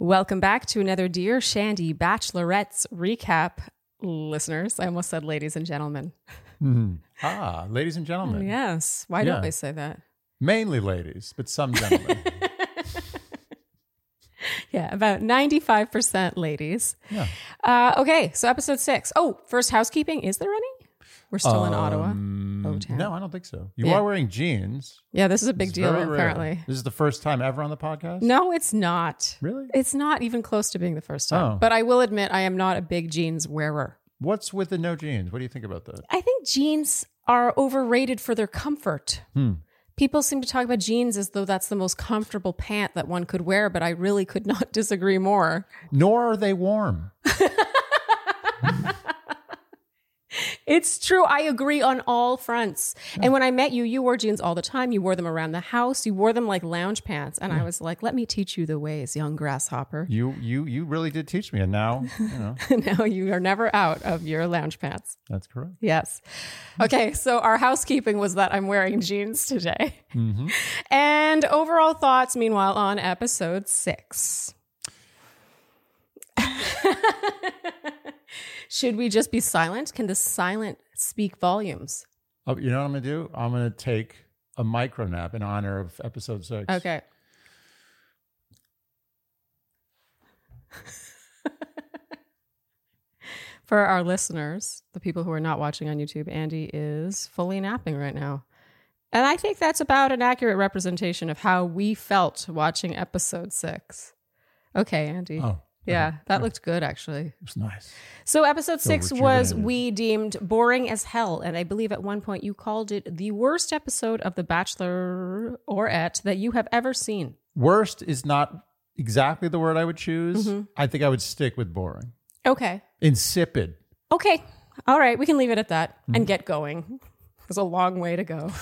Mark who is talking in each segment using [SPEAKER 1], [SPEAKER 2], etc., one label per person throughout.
[SPEAKER 1] Welcome back to another Dear Shandy Bachelorette's recap, listeners. I almost said ladies and gentlemen.
[SPEAKER 2] Ah, ladies and gentlemen.
[SPEAKER 1] Yes. Why
[SPEAKER 2] Yeah.
[SPEAKER 1] don't they say that?
[SPEAKER 2] Mainly ladies, but some gentlemen.
[SPEAKER 1] Yeah, about 95% ladies.
[SPEAKER 2] yeah.
[SPEAKER 1] Uh, okay, so episode six. Oh, first housekeeping. Is there any? We're still in Ottawa.
[SPEAKER 2] Um,
[SPEAKER 1] O-town.
[SPEAKER 2] No, I don't think so. You
[SPEAKER 1] Yeah.
[SPEAKER 2] are wearing jeans.
[SPEAKER 1] Yeah, this is a big
[SPEAKER 2] It's
[SPEAKER 1] deal,
[SPEAKER 2] very rare.
[SPEAKER 1] apparently.
[SPEAKER 2] This is the first time ever on the podcast?
[SPEAKER 1] No, it's not.
[SPEAKER 2] Really?
[SPEAKER 1] It's not even close to being the first time.
[SPEAKER 2] Oh.
[SPEAKER 1] But I will admit, I am not a big jeans wearer.
[SPEAKER 2] What's with the no jeans? What do you think about that?
[SPEAKER 1] I think jeans are overrated for their comfort.
[SPEAKER 2] Hmm.
[SPEAKER 1] People seem to talk about jeans as though that's the most comfortable pant that one could wear, but I really could not disagree more.
[SPEAKER 2] Nor are they warm.
[SPEAKER 1] It's true. I agree on all fronts. And when I met you, you wore jeans all the time. You wore them around the house. You wore them like lounge pants. And I was like, let me teach you the ways, young grasshopper.
[SPEAKER 2] You you you really did teach me, and now you know
[SPEAKER 1] now you are never out of your lounge pants.
[SPEAKER 2] that's correct.
[SPEAKER 1] Yes. Okay, so our housekeeping was that I'm wearing jeans today. And overall thoughts, meanwhile, on episode six. Should we just be silent? Can the silent speak volumes?
[SPEAKER 2] Oh, you know what I'm gonna do? I'm gonna take a micro nap in honor of episode six.
[SPEAKER 1] Okay. For our listeners, the people who are not watching on YouTube, Andy is fully napping right now. And I think that's about an accurate representation of how we felt watching episode six. Okay, Andy.
[SPEAKER 2] Oh,
[SPEAKER 1] yeah, that looked good actually.
[SPEAKER 2] it was nice.
[SPEAKER 1] So, episode six was
[SPEAKER 2] rejuvenated.
[SPEAKER 1] we deemed boring as hell. And I believe at one point you called it the worst episode of The Bachelor or at that you have ever seen.
[SPEAKER 2] Worst is not exactly the word I would choose.
[SPEAKER 1] Mm-hmm.
[SPEAKER 2] I think I would stick with boring,
[SPEAKER 1] Okay.
[SPEAKER 2] insipid.
[SPEAKER 1] Okay. All right. We can leave it at that and get going. There's a long way to go.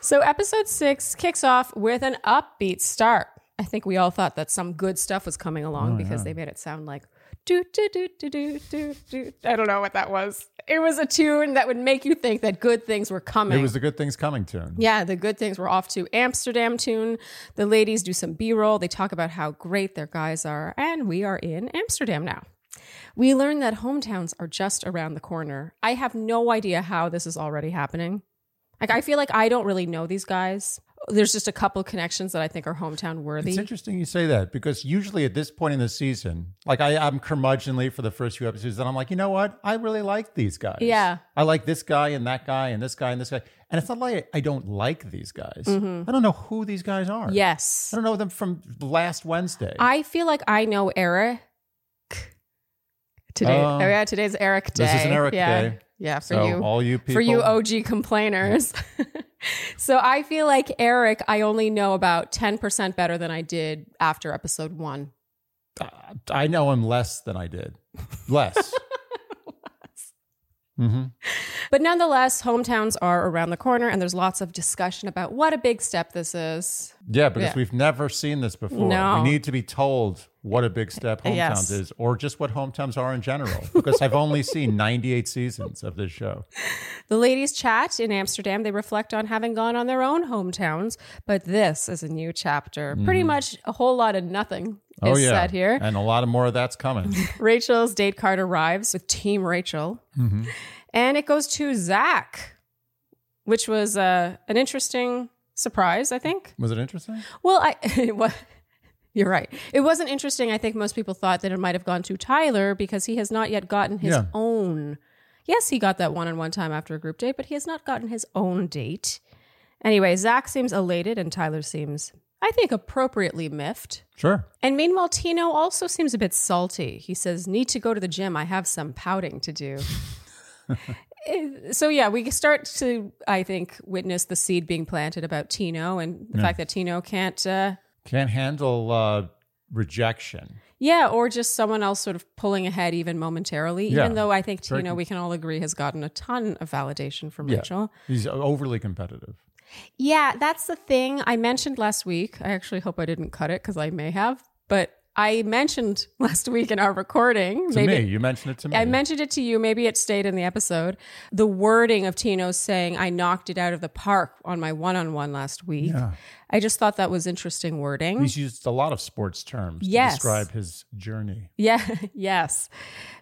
[SPEAKER 1] So, episode six kicks off with an upbeat start. I think we all thought that some good stuff was coming along because they made it sound like do, do, do, do, do, do, do. I don't know what that was. It was a tune that would make you think that good things were coming.
[SPEAKER 2] It was the good things coming tune.
[SPEAKER 1] Yeah, the good things we're off to Amsterdam tune. The ladies do some B roll. They talk about how great their guys are, and we are in Amsterdam now. We learn that hometowns are just around the corner. I have no idea how this is already happening. Like, I feel like I don't really know these guys. There's just a couple connections that I think are hometown worthy.
[SPEAKER 2] It's interesting you say that because usually at this point in the season, like I, I'm curmudgeonly for the first few episodes, and I'm like, you know what? I really like these guys.
[SPEAKER 1] Yeah.
[SPEAKER 2] I like this guy and that guy and this guy and this guy. And it's not like I don't like these guys. I don't know who these guys are.
[SPEAKER 1] Mm-hmm. Yes.
[SPEAKER 2] I don't know them from last Wednesday.
[SPEAKER 1] I feel like I know Eric today.
[SPEAKER 2] Oh.
[SPEAKER 1] oh, yeah, today's Eric day.
[SPEAKER 2] This is an Eric
[SPEAKER 1] yeah.
[SPEAKER 2] day.
[SPEAKER 1] Yeah, for
[SPEAKER 2] so
[SPEAKER 1] you.
[SPEAKER 2] all you people
[SPEAKER 1] for you OG complainers. so I feel like Eric, I only know about 10% better than I did after episode one.
[SPEAKER 2] I know him less than I did. Less. hmm
[SPEAKER 1] But nonetheless, hometowns are around the corner and there's lots of discussion about what a big step this is.
[SPEAKER 2] Yeah, because
[SPEAKER 1] Yeah.
[SPEAKER 2] we've never seen this before.
[SPEAKER 1] No.
[SPEAKER 2] We need to be told what a big step hometowns
[SPEAKER 1] Yes.
[SPEAKER 2] is, or just what hometowns are in general, because I've only seen 98 seasons of this show.
[SPEAKER 1] The ladies chat in Amsterdam. They reflect on having gone on their own hometowns, but this is a new chapter. Pretty much a whole lot of nothing is
[SPEAKER 2] Mm-hmm. oh yeah,
[SPEAKER 1] said here.
[SPEAKER 2] and a lot of more of that's coming.
[SPEAKER 1] Rachel's date card arrives with Team Rachel, and it goes to Zach. which was uh, an interesting surprise, I think.
[SPEAKER 2] Was it interesting?
[SPEAKER 1] Well, I it wa- you're right. It wasn't interesting. I think most people thought that it might have gone to Tyler because he has not yet gotten his
[SPEAKER 2] Yeah.
[SPEAKER 1] own. Yes, he got that one on one time after a group date, but he has not gotten his own date. Anyway, Zach seems elated and Tyler seems, I think, appropriately miffed.
[SPEAKER 2] Sure.
[SPEAKER 1] And meanwhile, Tino also seems a bit salty. He says, Need to go to the gym. I have some pouting to do. Eh, so, yeah, we start to, I think, witness the seed being planted about Tino and the fact that Tino can't, uh,
[SPEAKER 2] Can't handle uh, rejection.
[SPEAKER 1] yeah, or just someone else sort of pulling ahead even momentarily,
[SPEAKER 2] Yeah.
[SPEAKER 1] even though I think Tino,
[SPEAKER 2] Very-
[SPEAKER 1] we can all agree, has gotten a ton of validation from Rachel.
[SPEAKER 2] He's overly competitive.
[SPEAKER 1] Yeah, that's the thing I mentioned last week. I actually hope I didn't cut it because I may have, but I mentioned last week in our recording.
[SPEAKER 2] To me, you mentioned it to me.
[SPEAKER 1] I mentioned it to you. Maybe it stayed in the episode. The wording of Tino saying, I knocked it out of the park on my one on one last week. I just thought that was interesting wording.
[SPEAKER 2] He's used a lot of sports terms
[SPEAKER 1] Mm. Yes.
[SPEAKER 2] to describe his journey.
[SPEAKER 1] yeah, yes.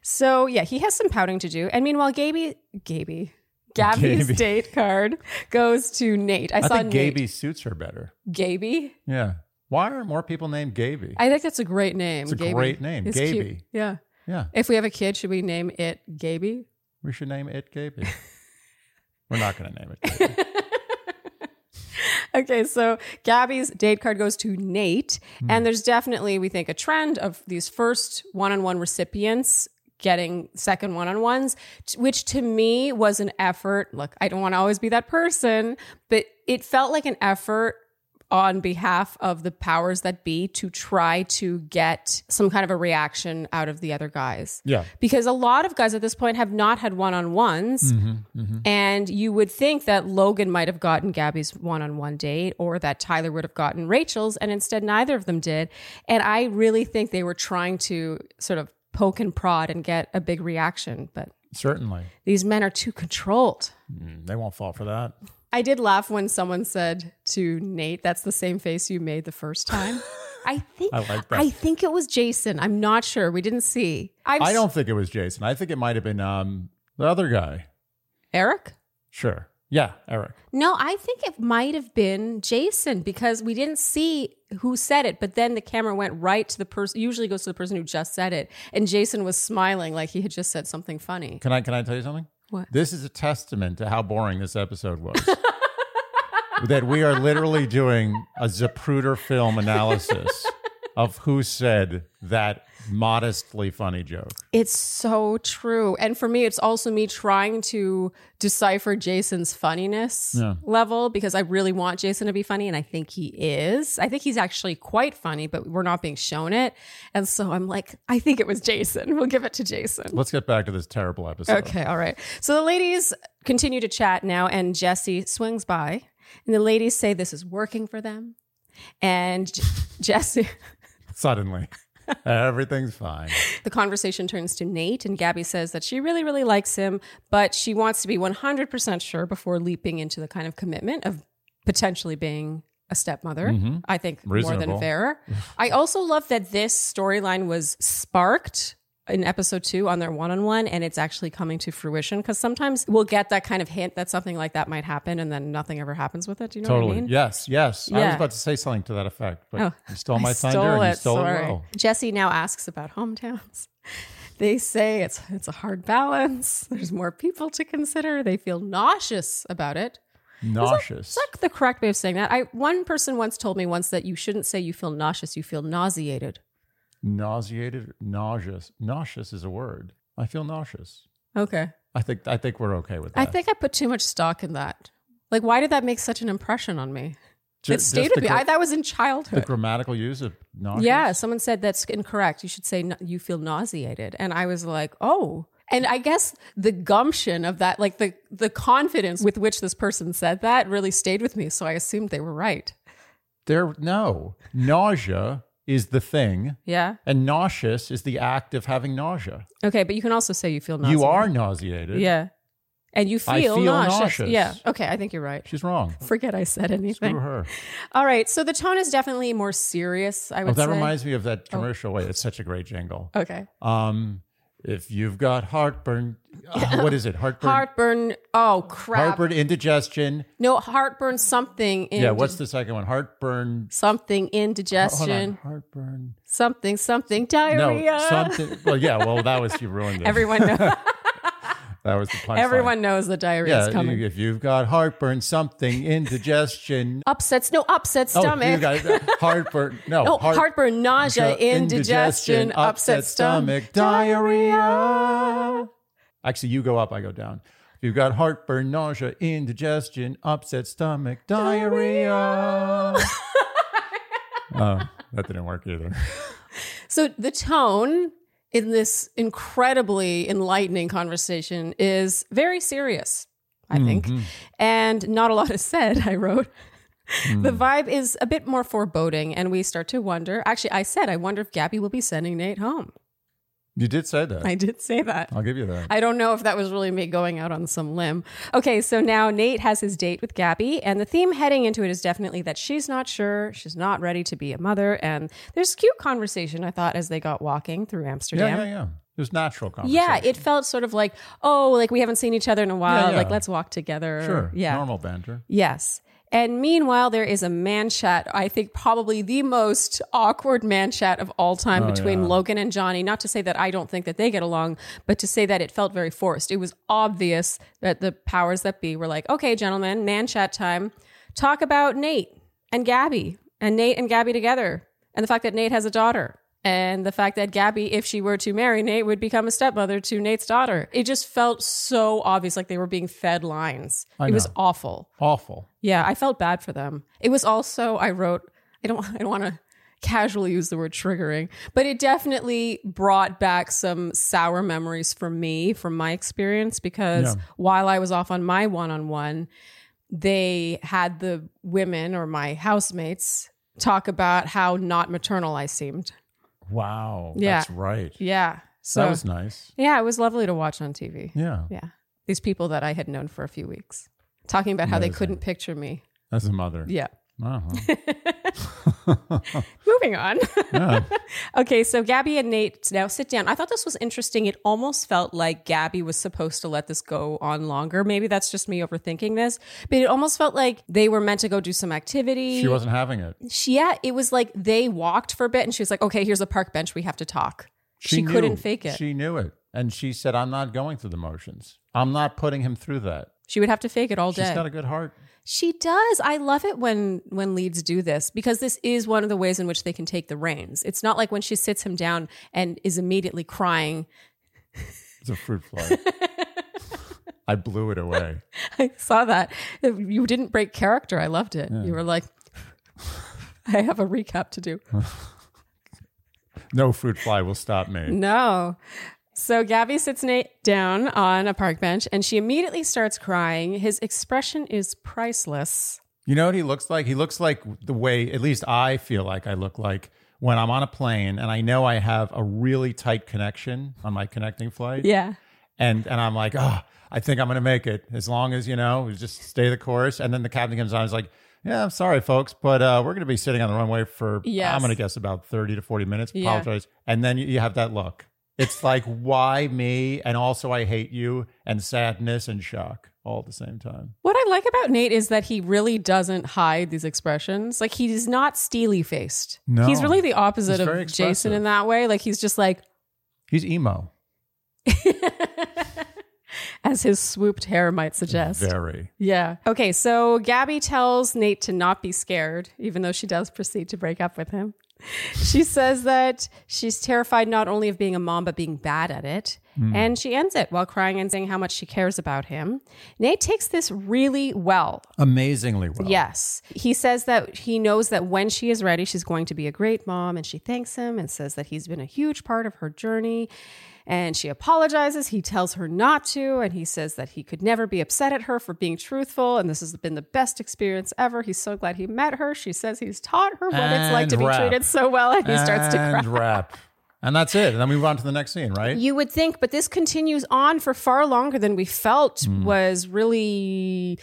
[SPEAKER 1] So, yeah, he has some pouting to do. And meanwhile, Gaby, Gaby, Gabby's
[SPEAKER 2] Gaby.
[SPEAKER 1] date card goes to Nate. I,
[SPEAKER 2] I,
[SPEAKER 1] saw
[SPEAKER 2] think
[SPEAKER 1] Nate.
[SPEAKER 2] Gaby suits her better.
[SPEAKER 1] Gaby.
[SPEAKER 2] Yeah. Why are more people named Gaby?
[SPEAKER 1] I think that's a great name.
[SPEAKER 2] It's a
[SPEAKER 1] Gaby.
[SPEAKER 2] great name,
[SPEAKER 1] cute.
[SPEAKER 2] Gaby.
[SPEAKER 1] Yeah.
[SPEAKER 2] yeah.
[SPEAKER 1] If we have a kid, should we name it Gaby?
[SPEAKER 2] We should name it Gaby. We're not going to name it. Gaby.
[SPEAKER 1] Okay, so Gabby's date card goes to Nate, and there's definitely, we think, a trend of these first one on one recipients getting second one on ones, which to me was an effort. Look, I don't want to always be that person, but it felt like an effort on behalf of the powers that be to try to get some kind of a reaction out of the other guys.
[SPEAKER 2] Yeah.
[SPEAKER 1] Because a lot of guys at this point have not had one on ones.
[SPEAKER 2] Mm-hmm,
[SPEAKER 1] And you would think that Logan might have gotten Gabby's one on one date or that Tyler would have gotten Rachel's, and instead neither of them did. And I really think they were trying to sort of poke and prod and get a big reaction, but
[SPEAKER 2] Certainly.
[SPEAKER 1] these men are too controlled.
[SPEAKER 2] Mm, They won't fall for that.
[SPEAKER 1] I did laugh when someone said to Nate, "That's the same face you made the first time." I think
[SPEAKER 2] I like that.
[SPEAKER 1] I think it was Jason. I'm not sure. We didn't see. I'm
[SPEAKER 2] I don't think it was Jason. I think it might have been um, the other guy.
[SPEAKER 1] Eric.
[SPEAKER 2] Sure. Yeah, Eric.
[SPEAKER 1] No, I think it might have been Jason because we didn't see who said it, but then the camera went right to the person. Usually goes to the person who just said it, and Jason was smiling like he had just said something funny.
[SPEAKER 2] Can I can I tell you something?
[SPEAKER 1] What?
[SPEAKER 2] This is a testament to how boring this episode was. that we are literally doing a Zapruder film analysis of who said that modestly funny joke.
[SPEAKER 1] It's so true. And for me, it's also me trying to decipher Jason's funniness level because I really want Jason to be funny and I think he is. I think he's actually quite funny, but we're not being shown it. And so I'm like, I think it was Jason. We'll give it to Jason.
[SPEAKER 2] Let's get back to this terrible episode.
[SPEAKER 1] Okay, all right. So the ladies continue to chat now, and Jesse swings by, and the ladies say this is working for them. And J- Jesse.
[SPEAKER 2] Suddenly. Everything's fine.
[SPEAKER 1] The conversation turns to Nate, and Gabby says that she really, really likes him, but she wants to be 100% sure before leaping into the kind of commitment of potentially being a stepmother. I think more than
[SPEAKER 2] Mm-hmm. Reasonable.
[SPEAKER 1] fair. I also love that this storyline was sparked in episode two on their one on one, and it's actually coming to fruition because sometimes we'll get that kind of hint that something like that might happen, and then nothing ever happens with it. Do you know
[SPEAKER 2] Totally.
[SPEAKER 1] what I mean?
[SPEAKER 2] Yes, yes. I
[SPEAKER 1] Yeah.
[SPEAKER 2] was about to say something to that effect, but
[SPEAKER 1] Oh,
[SPEAKER 2] you stole my
[SPEAKER 1] I
[SPEAKER 2] thunder
[SPEAKER 1] stole
[SPEAKER 2] and you
[SPEAKER 1] it,
[SPEAKER 2] stole
[SPEAKER 1] sorry.
[SPEAKER 2] it well.
[SPEAKER 1] Jesse now asks about hometowns. They say it's it's a hard balance. There's more people to consider. They feel nauseous about it.
[SPEAKER 2] Nauseous.
[SPEAKER 1] It's like the correct way of saying that. I one person once told me once that you shouldn't say you feel nauseous, you feel nauseated.
[SPEAKER 2] Nauseated, nauseous. Nauseous is a word. I feel nauseous.
[SPEAKER 1] Okay.
[SPEAKER 2] I think I think we're okay with that.
[SPEAKER 1] I think I put too much stock in that. Like why did that make such an impression on me?
[SPEAKER 2] Ju-
[SPEAKER 1] it
[SPEAKER 2] just
[SPEAKER 1] stayed
[SPEAKER 2] the
[SPEAKER 1] with me.
[SPEAKER 2] gra-
[SPEAKER 1] I, that was in
[SPEAKER 2] the
[SPEAKER 1] childhood.
[SPEAKER 2] grammatical use of nauseous.
[SPEAKER 1] Yeah, someone said that's incorrect. You should say na- you feel nauseated, and I was like, oh. And I guess the gumption of that, like the the confidence with which this person said that, really stayed with me. So I assumed they were right.
[SPEAKER 2] There, no. Nausea is the thing,
[SPEAKER 1] Yeah.
[SPEAKER 2] and nauseous is the act of having nausea.
[SPEAKER 1] Okay, but you can also say you feel nauseous.
[SPEAKER 2] You are nauseated.
[SPEAKER 1] Yeah. And you feel,
[SPEAKER 2] I feel
[SPEAKER 1] nauseous.
[SPEAKER 2] nauseous.
[SPEAKER 1] Yeah. Okay, I think you're right.
[SPEAKER 2] She's wrong.
[SPEAKER 1] Forget I said anything.
[SPEAKER 2] Screw her.
[SPEAKER 1] All right. So the tone is definitely more serious. I
[SPEAKER 2] Oh,
[SPEAKER 1] would
[SPEAKER 2] that
[SPEAKER 1] say. Oh.
[SPEAKER 2] reminds me of that commercial. Wait, it's such a great jingle.
[SPEAKER 1] Okay.
[SPEAKER 2] Um, If you've got heartburn, uh, what is it? Heartburn.
[SPEAKER 1] Heartburn. Oh crap.
[SPEAKER 2] Heartburn indigestion.
[SPEAKER 1] No, heartburn something. In
[SPEAKER 2] yeah, what's the second one? Heartburn. Oh,
[SPEAKER 1] something
[SPEAKER 2] Hold on.
[SPEAKER 1] indigestion?
[SPEAKER 2] Heartburn.
[SPEAKER 1] Something something diarrhea.
[SPEAKER 2] No, something. Well, yeah. Well, that was you ruined it.
[SPEAKER 1] Everyone knows.
[SPEAKER 2] that was the punchline.
[SPEAKER 1] everyone knows the diarrhea
[SPEAKER 2] Yeah,
[SPEAKER 1] is coming.
[SPEAKER 2] you- if you've got heartburn, something indigestion.
[SPEAKER 1] Upsets. No upset stomach. Oh,
[SPEAKER 2] Oh, you got heartburn. No,
[SPEAKER 1] no
[SPEAKER 2] heart-
[SPEAKER 1] heartburn, nausea, indigestion, upset stomach,
[SPEAKER 2] diarrhea. Actually, you go up, I go down. If you've got heartburn, nausea, indigestion, upset stomach, diarrhea. oh, that didn't work either.
[SPEAKER 1] So the tone in this incredibly enlightening conversation is very serious, I think.
[SPEAKER 2] Mm-hmm.
[SPEAKER 1] And not a lot is said, I wrote.
[SPEAKER 2] Mm.
[SPEAKER 1] The vibe is a bit more foreboding, and we start to wonder. Actually, I said, I wonder if Gabby will be sending Nate home.
[SPEAKER 2] You did say that.
[SPEAKER 1] I did say that.
[SPEAKER 2] I'll give you that.
[SPEAKER 1] I don't know if that was really me going out on some limb. Okay, so now Nate has his date with Gabby, and the theme heading into it is definitely that she's not sure, she's not ready to be a mother. And there's cute conversation, I thought, as they got walking through Amsterdam.
[SPEAKER 2] yeah, yeah, yeah. It was natural conversation.
[SPEAKER 1] Yeah, it felt sort of like, oh, like we haven't seen each other in a while.
[SPEAKER 2] Yeah, yeah.
[SPEAKER 1] Like, let's walk together.
[SPEAKER 2] Sure.
[SPEAKER 1] Yeah.
[SPEAKER 2] Normal banter.
[SPEAKER 1] Yes. And meanwhile, there is a man chat, I think probably the most awkward man chat of all time
[SPEAKER 2] Oh,
[SPEAKER 1] between Logan and Johnny. Not to say that I don't think that they get along, but to say that it felt very forced. It was obvious that the powers that be were like, okay, gentlemen, man chat time. Talk about Nate and Gabby and Nate and Gabby together and the fact that Nate has a daughter. And the fact that Gabby, if she were to marry Nate, would become a stepmother to Nate's daughter. It just felt so obvious, like they were being fed lines.
[SPEAKER 2] I
[SPEAKER 1] it was
[SPEAKER 2] know.
[SPEAKER 1] awful.
[SPEAKER 2] Awful.
[SPEAKER 1] Yeah, I felt bad for them. It was also I wrote I don't I don't want to casually use the word triggering, but it definitely brought back some sour memories for me from my experience because
[SPEAKER 2] Yeah.
[SPEAKER 1] while I was off on my one-on-one, they had the women or my housemates talk about how not maternal I seemed.
[SPEAKER 2] Wow.
[SPEAKER 1] Yeah.
[SPEAKER 2] That's right.
[SPEAKER 1] Yeah. So
[SPEAKER 2] That was nice.
[SPEAKER 1] Yeah, it was lovely to watch on TV.
[SPEAKER 2] Yeah.
[SPEAKER 1] Yeah. These people that I had known for a few weeks talking about how they
[SPEAKER 2] Amazing.
[SPEAKER 1] couldn't picture me.
[SPEAKER 2] As a mother.
[SPEAKER 1] Yeah.
[SPEAKER 2] Wow.
[SPEAKER 1] Moving on.
[SPEAKER 2] Yeah.
[SPEAKER 1] Okay, so Gabby and Nate now sit down. I thought this was interesting. It almost felt like Gabby was supposed to let this go on longer. Maybe that's just me overthinking this, but it almost felt like they were meant to go do some activity.
[SPEAKER 2] She wasn't having it.
[SPEAKER 1] She- yeah, it was like they walked for a bit and she was like, okay, here's a park bench. We have to talk. She,
[SPEAKER 2] knew.
[SPEAKER 1] couldn't fake it. She-,
[SPEAKER 2] She knew it. And she said, I'm not going through the motions. I'm not putting him through that.
[SPEAKER 1] would have to fake it all day.
[SPEAKER 2] She's got a good heart.
[SPEAKER 1] She does. I love it when when leads do this because this is one of the ways in which they can take the reins. It's not like when she sits him down and is immediately crying.
[SPEAKER 2] It's a fruit fly. I blew it away.
[SPEAKER 1] I saw that. You didn't break character. I loved it. You were like I have a recap to do.
[SPEAKER 2] No fruit fly will stop me.
[SPEAKER 1] No. So Gabby sits Nate down on a park bench and she immediately starts crying. His expression is priceless.
[SPEAKER 2] You know what he looks like? He looks like the way, at least I feel like I look like when I'm on a plane and I know I have a really tight connection on my connecting flight.
[SPEAKER 1] Yeah.
[SPEAKER 2] and and I'm like, oh, I think I'm gonna make it as long as you know, we just stay the course. And then the captain comes on, he's like, yeah, I'm sorry, folks, but uh, we're gonna be sitting on the runway for
[SPEAKER 1] Yes.
[SPEAKER 2] I'm gonna guess about thirty to forty minutes.
[SPEAKER 1] Yeah.
[SPEAKER 2] Apologize, and then you, you have that look. It's like why me, and also I hate you, and sadness and shock all at the same time.
[SPEAKER 1] What I like about Nate is that he really doesn't hide these expressions. Like he's not steely faced.
[SPEAKER 2] No.
[SPEAKER 1] He's really the opposite
[SPEAKER 2] He's very
[SPEAKER 1] of Jason
[SPEAKER 2] expressive.
[SPEAKER 1] in that way. Like he's just like
[SPEAKER 2] He's emo,
[SPEAKER 1] as his swooped hair might suggest.
[SPEAKER 2] very.
[SPEAKER 1] Yeah. Okay, so Gabby tells Nate to not be scared, even though she does proceed to break up with him. She says that she's terrified not only of being a mom, but being bad at it. And she ends it while crying and saying how much she cares about him. Nate takes this really well.
[SPEAKER 2] Amazingly well.
[SPEAKER 1] Yes. He says that he knows that when she is ready, she's going to be a great mom. And she thanks him and says that he's been a huge part of her journey. And she apologizes. He tells her not to. And he says that he could never be upset at her for being truthful. And this has been the best experience ever. He's so glad he met her. She says he's taught her what it's like to
[SPEAKER 2] And
[SPEAKER 1] be
[SPEAKER 2] wrap.
[SPEAKER 1] treated so well. And he starts to cry.
[SPEAKER 2] And rap. And that's it. And then we move on to the next scene, right?
[SPEAKER 1] You would think, but this continues on for far longer than we felt
[SPEAKER 2] Hmm.
[SPEAKER 1] was really.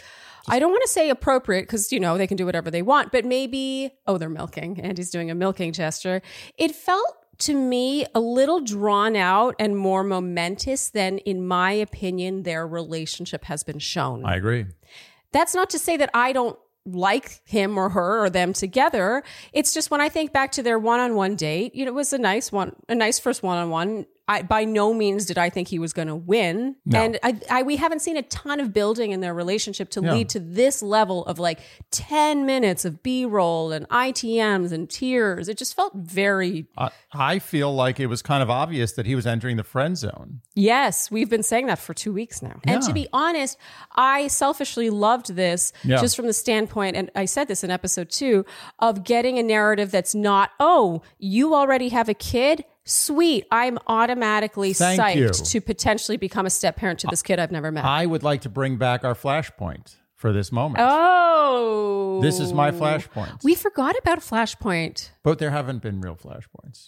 [SPEAKER 1] I don't want to say appropriate because, you know, they can do whatever they want, but maybe, oh, they're milking. Andy's doing a milking gesture. It felt to me, a little drawn out and more momentous than, in my opinion, their relationship has been shown.
[SPEAKER 2] I agree.
[SPEAKER 1] That's not to say that I don't like him or her or them together. It's just when I think back to their one-on-one date, you know, it was a nice one, a nice first one-on-one. I by no means did I think he was going to win,
[SPEAKER 2] No.
[SPEAKER 1] and I, I we haven't seen a ton of building in their relationship to
[SPEAKER 2] Yeah.
[SPEAKER 1] lead to this level of like ten minutes of B-roll and ITMs and tears. It just felt very
[SPEAKER 2] I, I feel like it was kind of obvious that he was entering the friend zone.
[SPEAKER 1] Yes, we've been saying that for two weeks now. And to
[SPEAKER 2] Yeah.
[SPEAKER 1] be honest, I selfishly loved this
[SPEAKER 2] Yeah.
[SPEAKER 1] just from the standpoint, and I said this in episode two, of getting a narrative that's not, oh, you already have a kid. Sweet. I'm automatically
[SPEAKER 2] Thank
[SPEAKER 1] psyched
[SPEAKER 2] you.
[SPEAKER 1] to potentially become a step parent to this kid I've never met.
[SPEAKER 2] I would like to bring back our flashpoint for this moment.
[SPEAKER 1] oh.
[SPEAKER 2] This is my flashpoint.
[SPEAKER 1] We forgot about Flashpoint.
[SPEAKER 2] But there haven't been real flashpoints.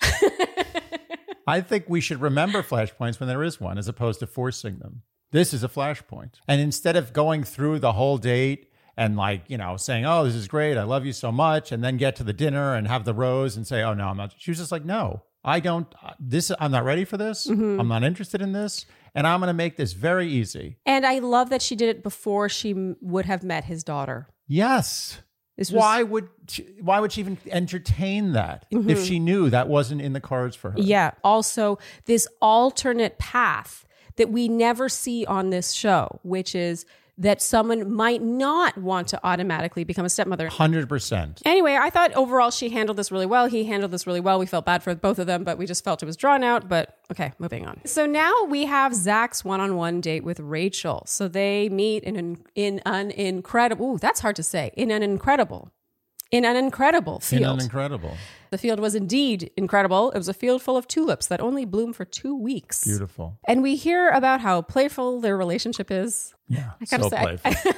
[SPEAKER 2] I think we should remember flashpoints when there is one as opposed to forcing them. This is a flashpoint. And instead of going through the whole date and like, you know, saying, "Oh, this is great. I love you so much," and then get to the dinner and have the rose and say, "Oh, no, I'm not." She was just like, "No. I don't uh, this I'm not ready for this.
[SPEAKER 1] Mm-hmm.
[SPEAKER 2] I'm not interested in this, and I'm going to make this very easy."
[SPEAKER 1] And I love that she did it before she m- would have met his daughter.
[SPEAKER 2] Yes.
[SPEAKER 1] This was-
[SPEAKER 2] why would she, why would she even entertain that if she knew that wasn't in the cards for her?
[SPEAKER 1] Mm-hmm. Yeah. Also, this alternate path that we never see on this show, which is that someone might not want to automatically become a stepmother.
[SPEAKER 2] Hundred percent.
[SPEAKER 1] Anyway, I thought overall she handled this really well. He handled this really well. We felt bad for both of them, but we just felt it was drawn out. But okay, moving on. So now we have Zach's one-on-one date with Rachel. So they meet in an in an incredible. Ooh, that's hard to say. In an incredible, in an incredible field.
[SPEAKER 2] incredible.
[SPEAKER 1] The field was indeed incredible. It was a field full of tulips that only bloom for two weeks.
[SPEAKER 2] Beautiful.
[SPEAKER 1] And we hear about how playful their relationship is.
[SPEAKER 2] Yeah.
[SPEAKER 1] gotta
[SPEAKER 2] so
[SPEAKER 1] say, I-
[SPEAKER 2] playful.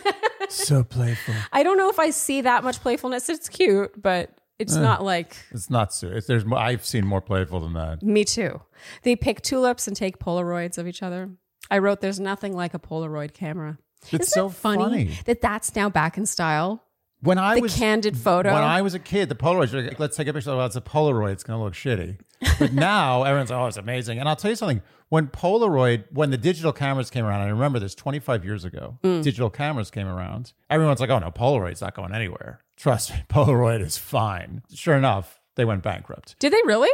[SPEAKER 2] so playful.
[SPEAKER 1] I don't know if I see that much playfulness. It's cute, but it's
[SPEAKER 2] Eh.
[SPEAKER 1] not like
[SPEAKER 2] It's not serious. There's more, I've seen more playful than that.
[SPEAKER 1] me too. They pick tulips and take Polaroids of each other. I wrote, There's nothing like a Polaroid camera.
[SPEAKER 2] It's
[SPEAKER 1] Isn't
[SPEAKER 2] so
[SPEAKER 1] it funny, that that's now back in style.
[SPEAKER 2] When I
[SPEAKER 1] The
[SPEAKER 2] was
[SPEAKER 1] candid photo.
[SPEAKER 2] When I was a kid, the Polaroids were like, let's take a picture. Well, it's a Polaroid. It's going to look shitty. But now everyone's like, oh, it's amazing. And I'll tell you something. When Polaroid, when the digital cameras came around, I remember this 25 years ago,
[SPEAKER 1] Mm.
[SPEAKER 2] digital cameras came around. Everyone's like, oh, no, Polaroid's not going anywhere. Trust me, Polaroid is fine. Sure enough, they went bankrupt.
[SPEAKER 1] Did they really?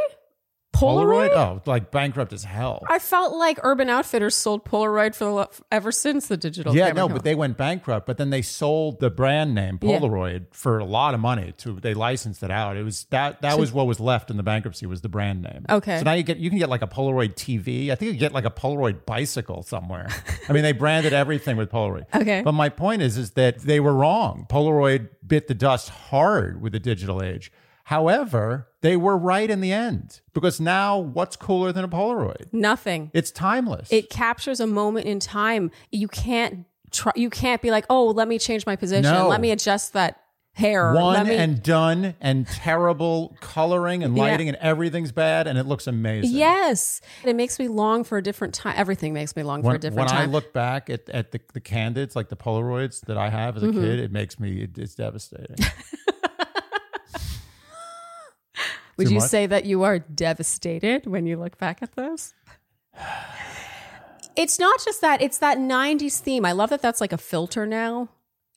[SPEAKER 1] Polaroid?
[SPEAKER 2] Oh, like bankrupt as hell.
[SPEAKER 1] I felt like Urban Outfitters sold Polaroid for the, lo- ever since the digital
[SPEAKER 2] yeah,
[SPEAKER 1] camera
[SPEAKER 2] no,
[SPEAKER 1] came out.
[SPEAKER 2] but they went bankrupt. But then they sold the brand name
[SPEAKER 1] Yeah.
[SPEAKER 2] Polaroid for a lot of money. To they licensed it out. It was that that was what was left in the bankruptcy was the brand name.
[SPEAKER 1] Okay.
[SPEAKER 2] so now you get you can get like a Polaroid TV. I think you can get like a Polaroid bicycle somewhere. I mean, they branded everything with Polaroid.
[SPEAKER 1] Okay.
[SPEAKER 2] but my point is, is that they were wrong. Polaroid bit the dust hard with the digital age. However, they were right in the end because now what's cooler than a Polaroid?
[SPEAKER 1] Nothing.
[SPEAKER 2] It's timeless.
[SPEAKER 1] it captures a moment in time you can't try you can't be like oh let me change my position
[SPEAKER 2] No.
[SPEAKER 1] let me adjust that hair let
[SPEAKER 2] one
[SPEAKER 1] me
[SPEAKER 2] and done and terrible coloring and
[SPEAKER 1] Yeah.
[SPEAKER 2] lighting and everything's bad and it looks amazing.
[SPEAKER 1] yes it makes me long for a different time everything makes me long for
[SPEAKER 2] When,
[SPEAKER 1] a different
[SPEAKER 2] when I
[SPEAKER 1] time
[SPEAKER 2] look back at, at the, the candids, like the Polaroids that I have as
[SPEAKER 1] Mm-hmm.
[SPEAKER 2] a kid, it makes me, it, it's devastating.
[SPEAKER 1] would
[SPEAKER 2] Too
[SPEAKER 1] you
[SPEAKER 2] much?
[SPEAKER 1] say that you are devastated when you look back at those it's not just that it's that 90s theme i love that that's like a filter now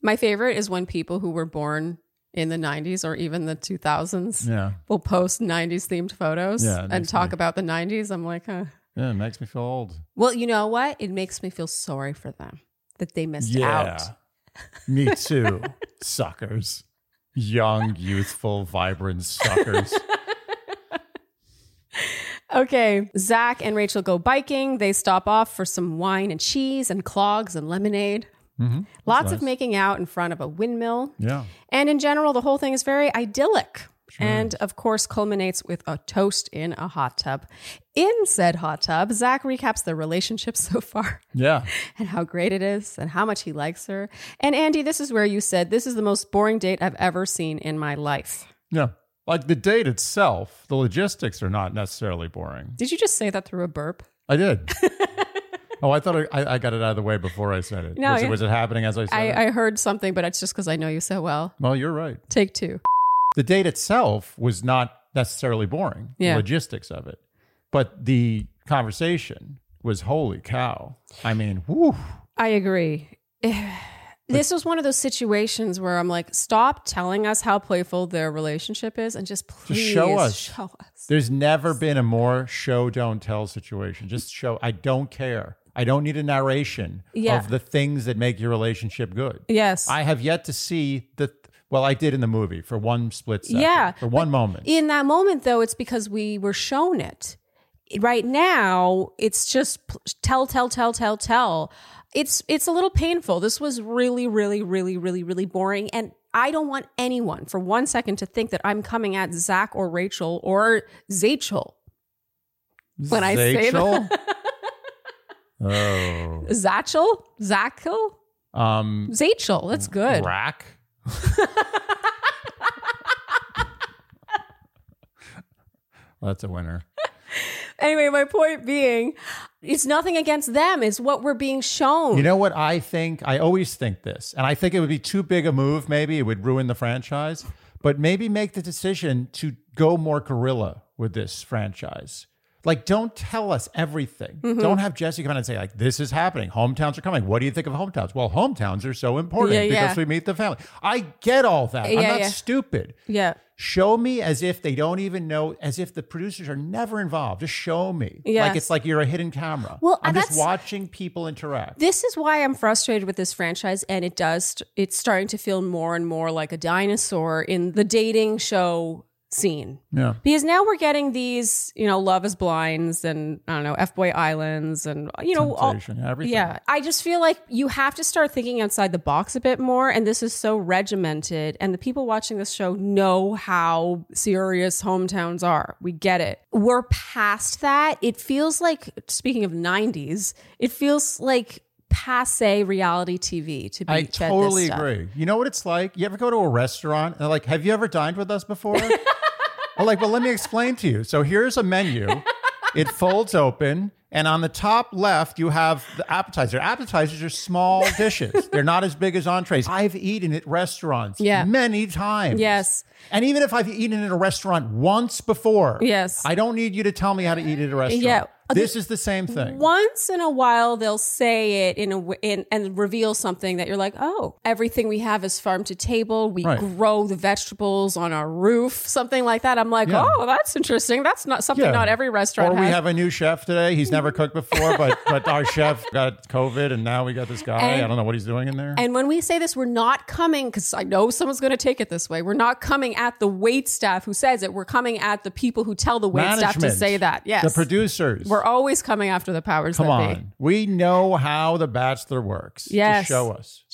[SPEAKER 1] my favorite is when people who were born in the 90s or even the 2000s
[SPEAKER 2] yeah.
[SPEAKER 1] will post 90s themed photos
[SPEAKER 2] Yeah, it
[SPEAKER 1] and
[SPEAKER 2] makes
[SPEAKER 1] talk
[SPEAKER 2] me-
[SPEAKER 1] about the 90s. I'm like, huh.
[SPEAKER 2] Yeah, it makes me feel old.
[SPEAKER 1] Well, you know what? It makes me feel sorry for them that they missed out.
[SPEAKER 2] me too. suckers. Young, youthful, vibrant suckers.
[SPEAKER 1] Okay. Zach and Rachel go biking. They stop off for some wine and cheese and clogs and lemonade.
[SPEAKER 2] Mhm.
[SPEAKER 1] Lots
[SPEAKER 2] That's
[SPEAKER 1] of
[SPEAKER 2] nice.
[SPEAKER 1] making out in front of a windmill.
[SPEAKER 2] Yeah.
[SPEAKER 1] And in general, the whole thing is very idyllic.
[SPEAKER 2] Sure
[SPEAKER 1] And of course, culminates with a toast in a hot tub. In said hot tub, Zach recaps their relationship so far.
[SPEAKER 2] Yeah.
[SPEAKER 1] and how great it is and how much he likes her. And Andy, this is where you said, This is the most boring date I've ever seen in my life.
[SPEAKER 2] Yeah. Like the date itself, the logistics are not necessarily boring.
[SPEAKER 1] Did you just say that through a burp?
[SPEAKER 2] I did. oh, I thought I, I, I got it out of the way before I said it.
[SPEAKER 1] No,
[SPEAKER 2] was,
[SPEAKER 1] yeah.
[SPEAKER 2] it was it happening as I said it?
[SPEAKER 1] I, I heard something, but it's just because I know you so well.
[SPEAKER 2] well, you're right.
[SPEAKER 1] Take two.
[SPEAKER 2] The date itself was not necessarily boring,
[SPEAKER 1] Yeah.
[SPEAKER 2] the logistics of it. But the conversation was holy cow. I mean, whew.
[SPEAKER 1] I agree. This was one of those situations where I'm like, stop telling us how playful their relationship is and just please
[SPEAKER 2] show us.
[SPEAKER 1] Show us.
[SPEAKER 2] There's never been a more show don't tell situation. Just show I don't care. I don't need a narration
[SPEAKER 1] Yeah.
[SPEAKER 2] of the things that make your relationship good.
[SPEAKER 1] Yes.
[SPEAKER 2] I have yet to see the well, I did in the movie for one split second.
[SPEAKER 1] Yeah,
[SPEAKER 2] For one moment.
[SPEAKER 1] In that moment, though, it's because we were shown it. Right now, it's just pl- tell, tell, tell, tell, tell. It's it's a little painful. This was really, really, really, really, really boring, and I don't want anyone for one second to think that I'm coming at Zach or Rachel or Zachel. When I say
[SPEAKER 2] Zachel? oh.
[SPEAKER 1] Zachel, Zachel,
[SPEAKER 2] Um
[SPEAKER 1] Zachel. That's good.
[SPEAKER 2] rack. That's a winner.
[SPEAKER 1] Anyway, my point being, it's nothing against them. It's what we're being shown.
[SPEAKER 2] You know what I think? I always think this, and I think it would be too big a move. Maybe it would ruin the franchise, but maybe make the decision to go more guerrilla with this franchise. Like, don't tell us everything.
[SPEAKER 1] Mm-hmm.
[SPEAKER 2] Don't have Jesse come in and say, like, this is happening. Hometowns are coming. What do you think of hometowns? Well, hometowns are so important
[SPEAKER 1] Yeah,
[SPEAKER 2] because
[SPEAKER 1] yeah.
[SPEAKER 2] we meet the family. I get all that. I'm
[SPEAKER 1] Yeah,
[SPEAKER 2] not
[SPEAKER 1] yeah.
[SPEAKER 2] stupid.
[SPEAKER 1] yeah,
[SPEAKER 2] Show me as if they don't even know, as if the producers are never involved. Just show me.
[SPEAKER 1] Yes.
[SPEAKER 2] Like it's like you're a hidden camera.
[SPEAKER 1] Well,
[SPEAKER 2] I'm
[SPEAKER 1] and
[SPEAKER 2] just
[SPEAKER 1] that's-
[SPEAKER 2] watching people interact.
[SPEAKER 1] this is why I'm frustrated with this franchise, and it does. It's starting to feel more and more like a dinosaur in the dating show scene.
[SPEAKER 2] Yeah.
[SPEAKER 1] Because now we're getting these, you know, Love is Blinds and I don't know, F Boy Islands and, you know, all-
[SPEAKER 2] Temptation, everything.
[SPEAKER 1] yeah. I just feel like you have to start thinking outside the box a bit more. And this is so regimented. And the people watching this show know how serious hometowns are. We get it. We're past that. It feels like, speaking of 90s, it feels like passe reality TV to be
[SPEAKER 2] I
[SPEAKER 1] fed this
[SPEAKER 2] totally
[SPEAKER 1] stuff.
[SPEAKER 2] agree. You know what it's like? You ever go to a restaurant and they're like, have you ever dined with us before? I'm like, well, let me explain to you. So here's a menu. It folds open, and on the top left, you have the appetizer. Appetizers are small dishes. They're not as big as entrees. I've eaten at restaurants
[SPEAKER 1] Yeah.
[SPEAKER 2] many times.
[SPEAKER 1] Yes.
[SPEAKER 2] And even if I've eaten at a restaurant once before,
[SPEAKER 1] Yes.
[SPEAKER 2] I don't need you to tell me how to eat at a restaurant.
[SPEAKER 1] Yeah. Uh,
[SPEAKER 2] This is the same thing.
[SPEAKER 1] Once in a while, they'll say it in a w- in, and reveal something that you're like, oh, everything we have is farm to table. We
[SPEAKER 2] Right.
[SPEAKER 1] grow the vegetables on our roof, something like that. I'm like,
[SPEAKER 2] Yeah.
[SPEAKER 1] oh, that's interesting. That's not something
[SPEAKER 2] Yeah.
[SPEAKER 1] not every
[SPEAKER 2] Or
[SPEAKER 1] restaurant.
[SPEAKER 2] we
[SPEAKER 1] has.
[SPEAKER 2] have a new chef today. He's never cooked before, but but our chef got COVID, and now we got this guy. I
[SPEAKER 1] And-
[SPEAKER 2] don't know what he's doing in there.
[SPEAKER 1] and when we say this, we're not coming because I know someone's going to take it this way. We're not coming at the wait staff who says it. We're coming at the people who tell the wait staff to
[SPEAKER 2] Management,
[SPEAKER 1] say that. Yes,
[SPEAKER 2] the producers.
[SPEAKER 1] We're always coming after the powers
[SPEAKER 2] Come
[SPEAKER 1] that
[SPEAKER 2] on,
[SPEAKER 1] be.
[SPEAKER 2] we know how the Bachelor works. Just
[SPEAKER 1] Yes.
[SPEAKER 2] show us.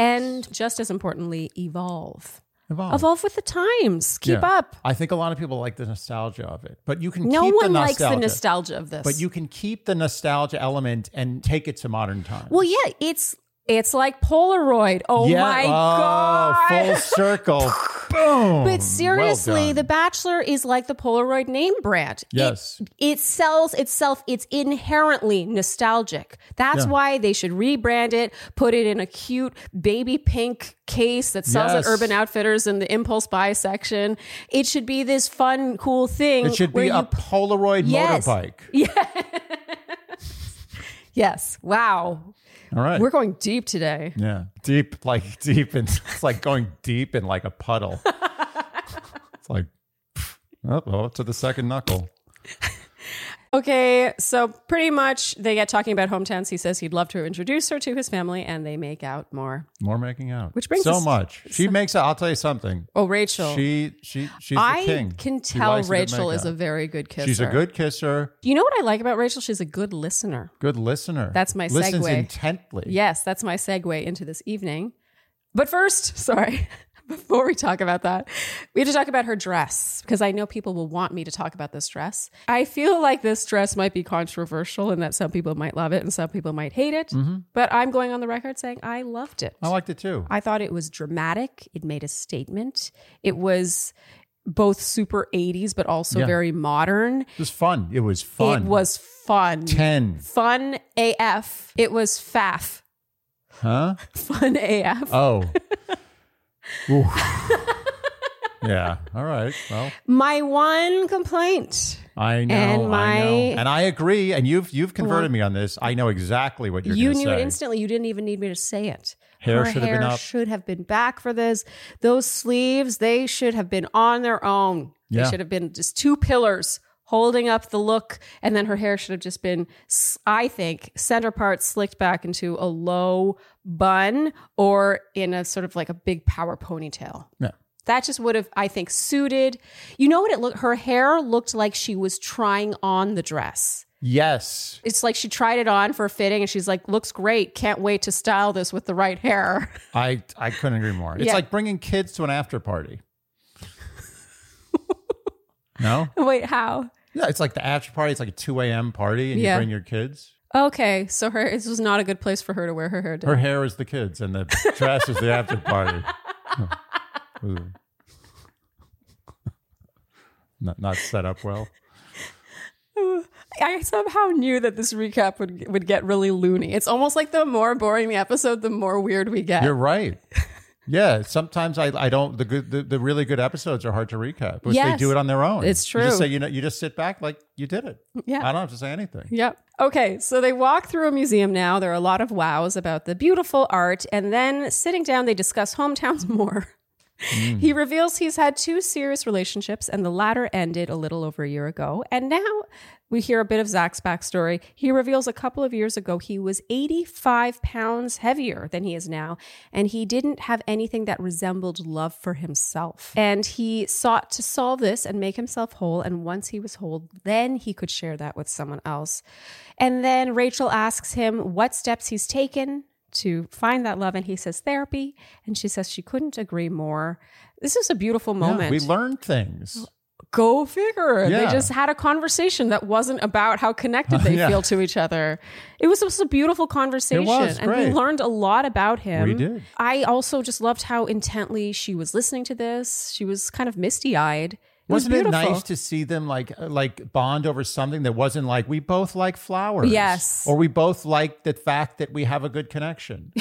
[SPEAKER 1] And just as importantly, evolve.
[SPEAKER 2] Evolve.
[SPEAKER 1] Evolve with the times. Keep
[SPEAKER 2] Oh. Yeah.
[SPEAKER 1] up.
[SPEAKER 2] I think a lot of people like the nostalgia of it, but you can
[SPEAKER 1] No
[SPEAKER 2] keep
[SPEAKER 1] one
[SPEAKER 2] the
[SPEAKER 1] likes
[SPEAKER 2] nostalgia,
[SPEAKER 1] the nostalgia of this.
[SPEAKER 2] But you can keep the nostalgia element and take it to modern times.
[SPEAKER 1] well, yeah, it's it's like Polaroid. Oh
[SPEAKER 2] yeah.
[SPEAKER 1] my
[SPEAKER 2] oh,
[SPEAKER 1] god!
[SPEAKER 2] Full circle. Boom. Well
[SPEAKER 1] but seriously,
[SPEAKER 2] done.
[SPEAKER 1] The Bachelor is like the Polaroid name brand. It-
[SPEAKER 2] Yes.
[SPEAKER 1] it, sells itself. It's inherently nostalgic. That's
[SPEAKER 2] Yeah.
[SPEAKER 1] why they should rebrand it. Put it in a cute baby pink case that sells
[SPEAKER 2] Yes.
[SPEAKER 1] at Urban Outfitters in the impulse buy section. It should be this fun, cool thing.
[SPEAKER 2] It should
[SPEAKER 1] where
[SPEAKER 2] be
[SPEAKER 1] you
[SPEAKER 2] a Polaroid
[SPEAKER 1] Yes.
[SPEAKER 2] motorbike.
[SPEAKER 1] Yes. Wow.
[SPEAKER 2] All right.
[SPEAKER 1] We're going deep today.
[SPEAKER 2] Yeah. Deep, like deep in, it's like going deep in like a puddle. it's like, oh, well, to the second knuckle.
[SPEAKER 1] Okay, so pretty much they get talking about hometowns. He says he'd love to introduce her to his family and they make out more.
[SPEAKER 2] More making out.
[SPEAKER 1] Which brings
[SPEAKER 2] so
[SPEAKER 1] us-
[SPEAKER 2] much. She makes, I'll tell you something.
[SPEAKER 1] Oh, Rachel.
[SPEAKER 2] She, she, she's the
[SPEAKER 1] I
[SPEAKER 2] king.
[SPEAKER 1] can
[SPEAKER 2] She
[SPEAKER 1] tell
[SPEAKER 2] likes it to
[SPEAKER 1] Rachel
[SPEAKER 2] make
[SPEAKER 1] is a
[SPEAKER 2] out.
[SPEAKER 1] very good kisser.
[SPEAKER 2] She's a good kisser,
[SPEAKER 1] You know what I like about Rachel? She's a good listener.
[SPEAKER 2] good listener.
[SPEAKER 1] That's my
[SPEAKER 2] Listens
[SPEAKER 1] segue.
[SPEAKER 2] intently.
[SPEAKER 1] Yes, that's my segue into this evening. But first, sorry, before we talk about that, we have to talk about her dress because I know people will want me to talk about this dress. I feel like this dress might be controversial and that some people might love it and some people might hate it.
[SPEAKER 2] Mm-hmm.
[SPEAKER 1] But I'm going on the record saying I loved it.
[SPEAKER 2] I liked it too.
[SPEAKER 1] I thought it was dramatic. It made a statement. It was both super 80s, but also
[SPEAKER 2] Yeah.
[SPEAKER 1] very modern.
[SPEAKER 2] It was fun. It was fun.
[SPEAKER 1] It was fun.
[SPEAKER 2] 10.
[SPEAKER 1] Fun AF. It was faff.
[SPEAKER 2] Huh? Uh,
[SPEAKER 1] Fun AF.
[SPEAKER 2] Oh. Oof. Yeah. All right. Well,
[SPEAKER 1] My one complaint.
[SPEAKER 2] I know.
[SPEAKER 1] And my-
[SPEAKER 2] I know. And I agree. And you've you've converted me on this. I know exactly what you're
[SPEAKER 1] you
[SPEAKER 2] going to
[SPEAKER 1] knew
[SPEAKER 2] say.
[SPEAKER 1] it instantly. You didn't even need me to say it.
[SPEAKER 2] Hair
[SPEAKER 1] Her
[SPEAKER 2] should have
[SPEAKER 1] hair
[SPEAKER 2] been up.
[SPEAKER 1] should have been back for this. Those sleeves, they should have been on their own.
[SPEAKER 2] Yeah.
[SPEAKER 1] They should have been just two pillars holding up the look, and then her hair should have just been, s- I think, center part slicked back into a low bun or in a sort of like a big power ponytail.
[SPEAKER 2] Yeah.
[SPEAKER 1] That just would have, I think, suited. You know what it looked? Her hair looked like she was trying on the dress
[SPEAKER 2] Yes.
[SPEAKER 1] it's like she tried it on for a fitting and she's like, looks great. Can't wait to style this with the right hair.
[SPEAKER 2] I I couldn't agree more. It's
[SPEAKER 1] Yeah.
[SPEAKER 2] like bringing kids to an after party. no.
[SPEAKER 1] wait, how?
[SPEAKER 2] Yeah. It's like the after party. It's like a two a.m. party, and
[SPEAKER 1] Yeah.
[SPEAKER 2] you bring your kids.
[SPEAKER 1] Okay, so her this was not a good place for her to wear her hair down.
[SPEAKER 2] Her hair is the kids, and the dress is the after party. Ooh. not not set up well.
[SPEAKER 1] I somehow knew that this recap would would get really loony. It's almost like the more boring the episode, the more weird we get.
[SPEAKER 2] You're right. Yeah, sometimes I, I don't the good the, the really good episodes are hard to recap. Which
[SPEAKER 1] Yes.
[SPEAKER 2] they do it on their own.
[SPEAKER 1] It's
[SPEAKER 2] You
[SPEAKER 1] true.
[SPEAKER 2] just say you know you just sit back like you did it.
[SPEAKER 1] Yeah.
[SPEAKER 2] I don't have to say anything.
[SPEAKER 1] Yep. Okay, so they walk through a museum now. There are a lot of wows about the beautiful art. And then sitting down, they discuss hometowns more. He reveals he's had two serious relationships, and the latter ended a little over a year ago. And now we hear a bit of Zach's backstory. He reveals a couple of years ago he was 85 pounds heavier than he is now, and he didn't have anything that resembled love for himself. And he sought to solve this and make himself whole. And once he was whole, then he could share that with someone else. And then Rachel asks him what steps he's taken to find that love and he says therapy and she says she couldn't agree more this is a beautiful moment
[SPEAKER 2] We learn things.
[SPEAKER 1] go figure they
[SPEAKER 2] Yeah.
[SPEAKER 1] just had a conversation that wasn't about how connected they
[SPEAKER 2] Yeah.
[SPEAKER 1] feel to each other it was just a beautiful conversation and we
[SPEAKER 2] great.
[SPEAKER 1] learned a lot about him
[SPEAKER 2] We did.
[SPEAKER 1] i also just loved how intently she was listening to this she was kind of misty-eyed it was
[SPEAKER 2] Wasn't it
[SPEAKER 1] beautiful.
[SPEAKER 2] nice to see them like uh, like bond over something that wasn't like we both like flowers?
[SPEAKER 1] Yes.
[SPEAKER 2] Or we both like the fact that we have a good connection.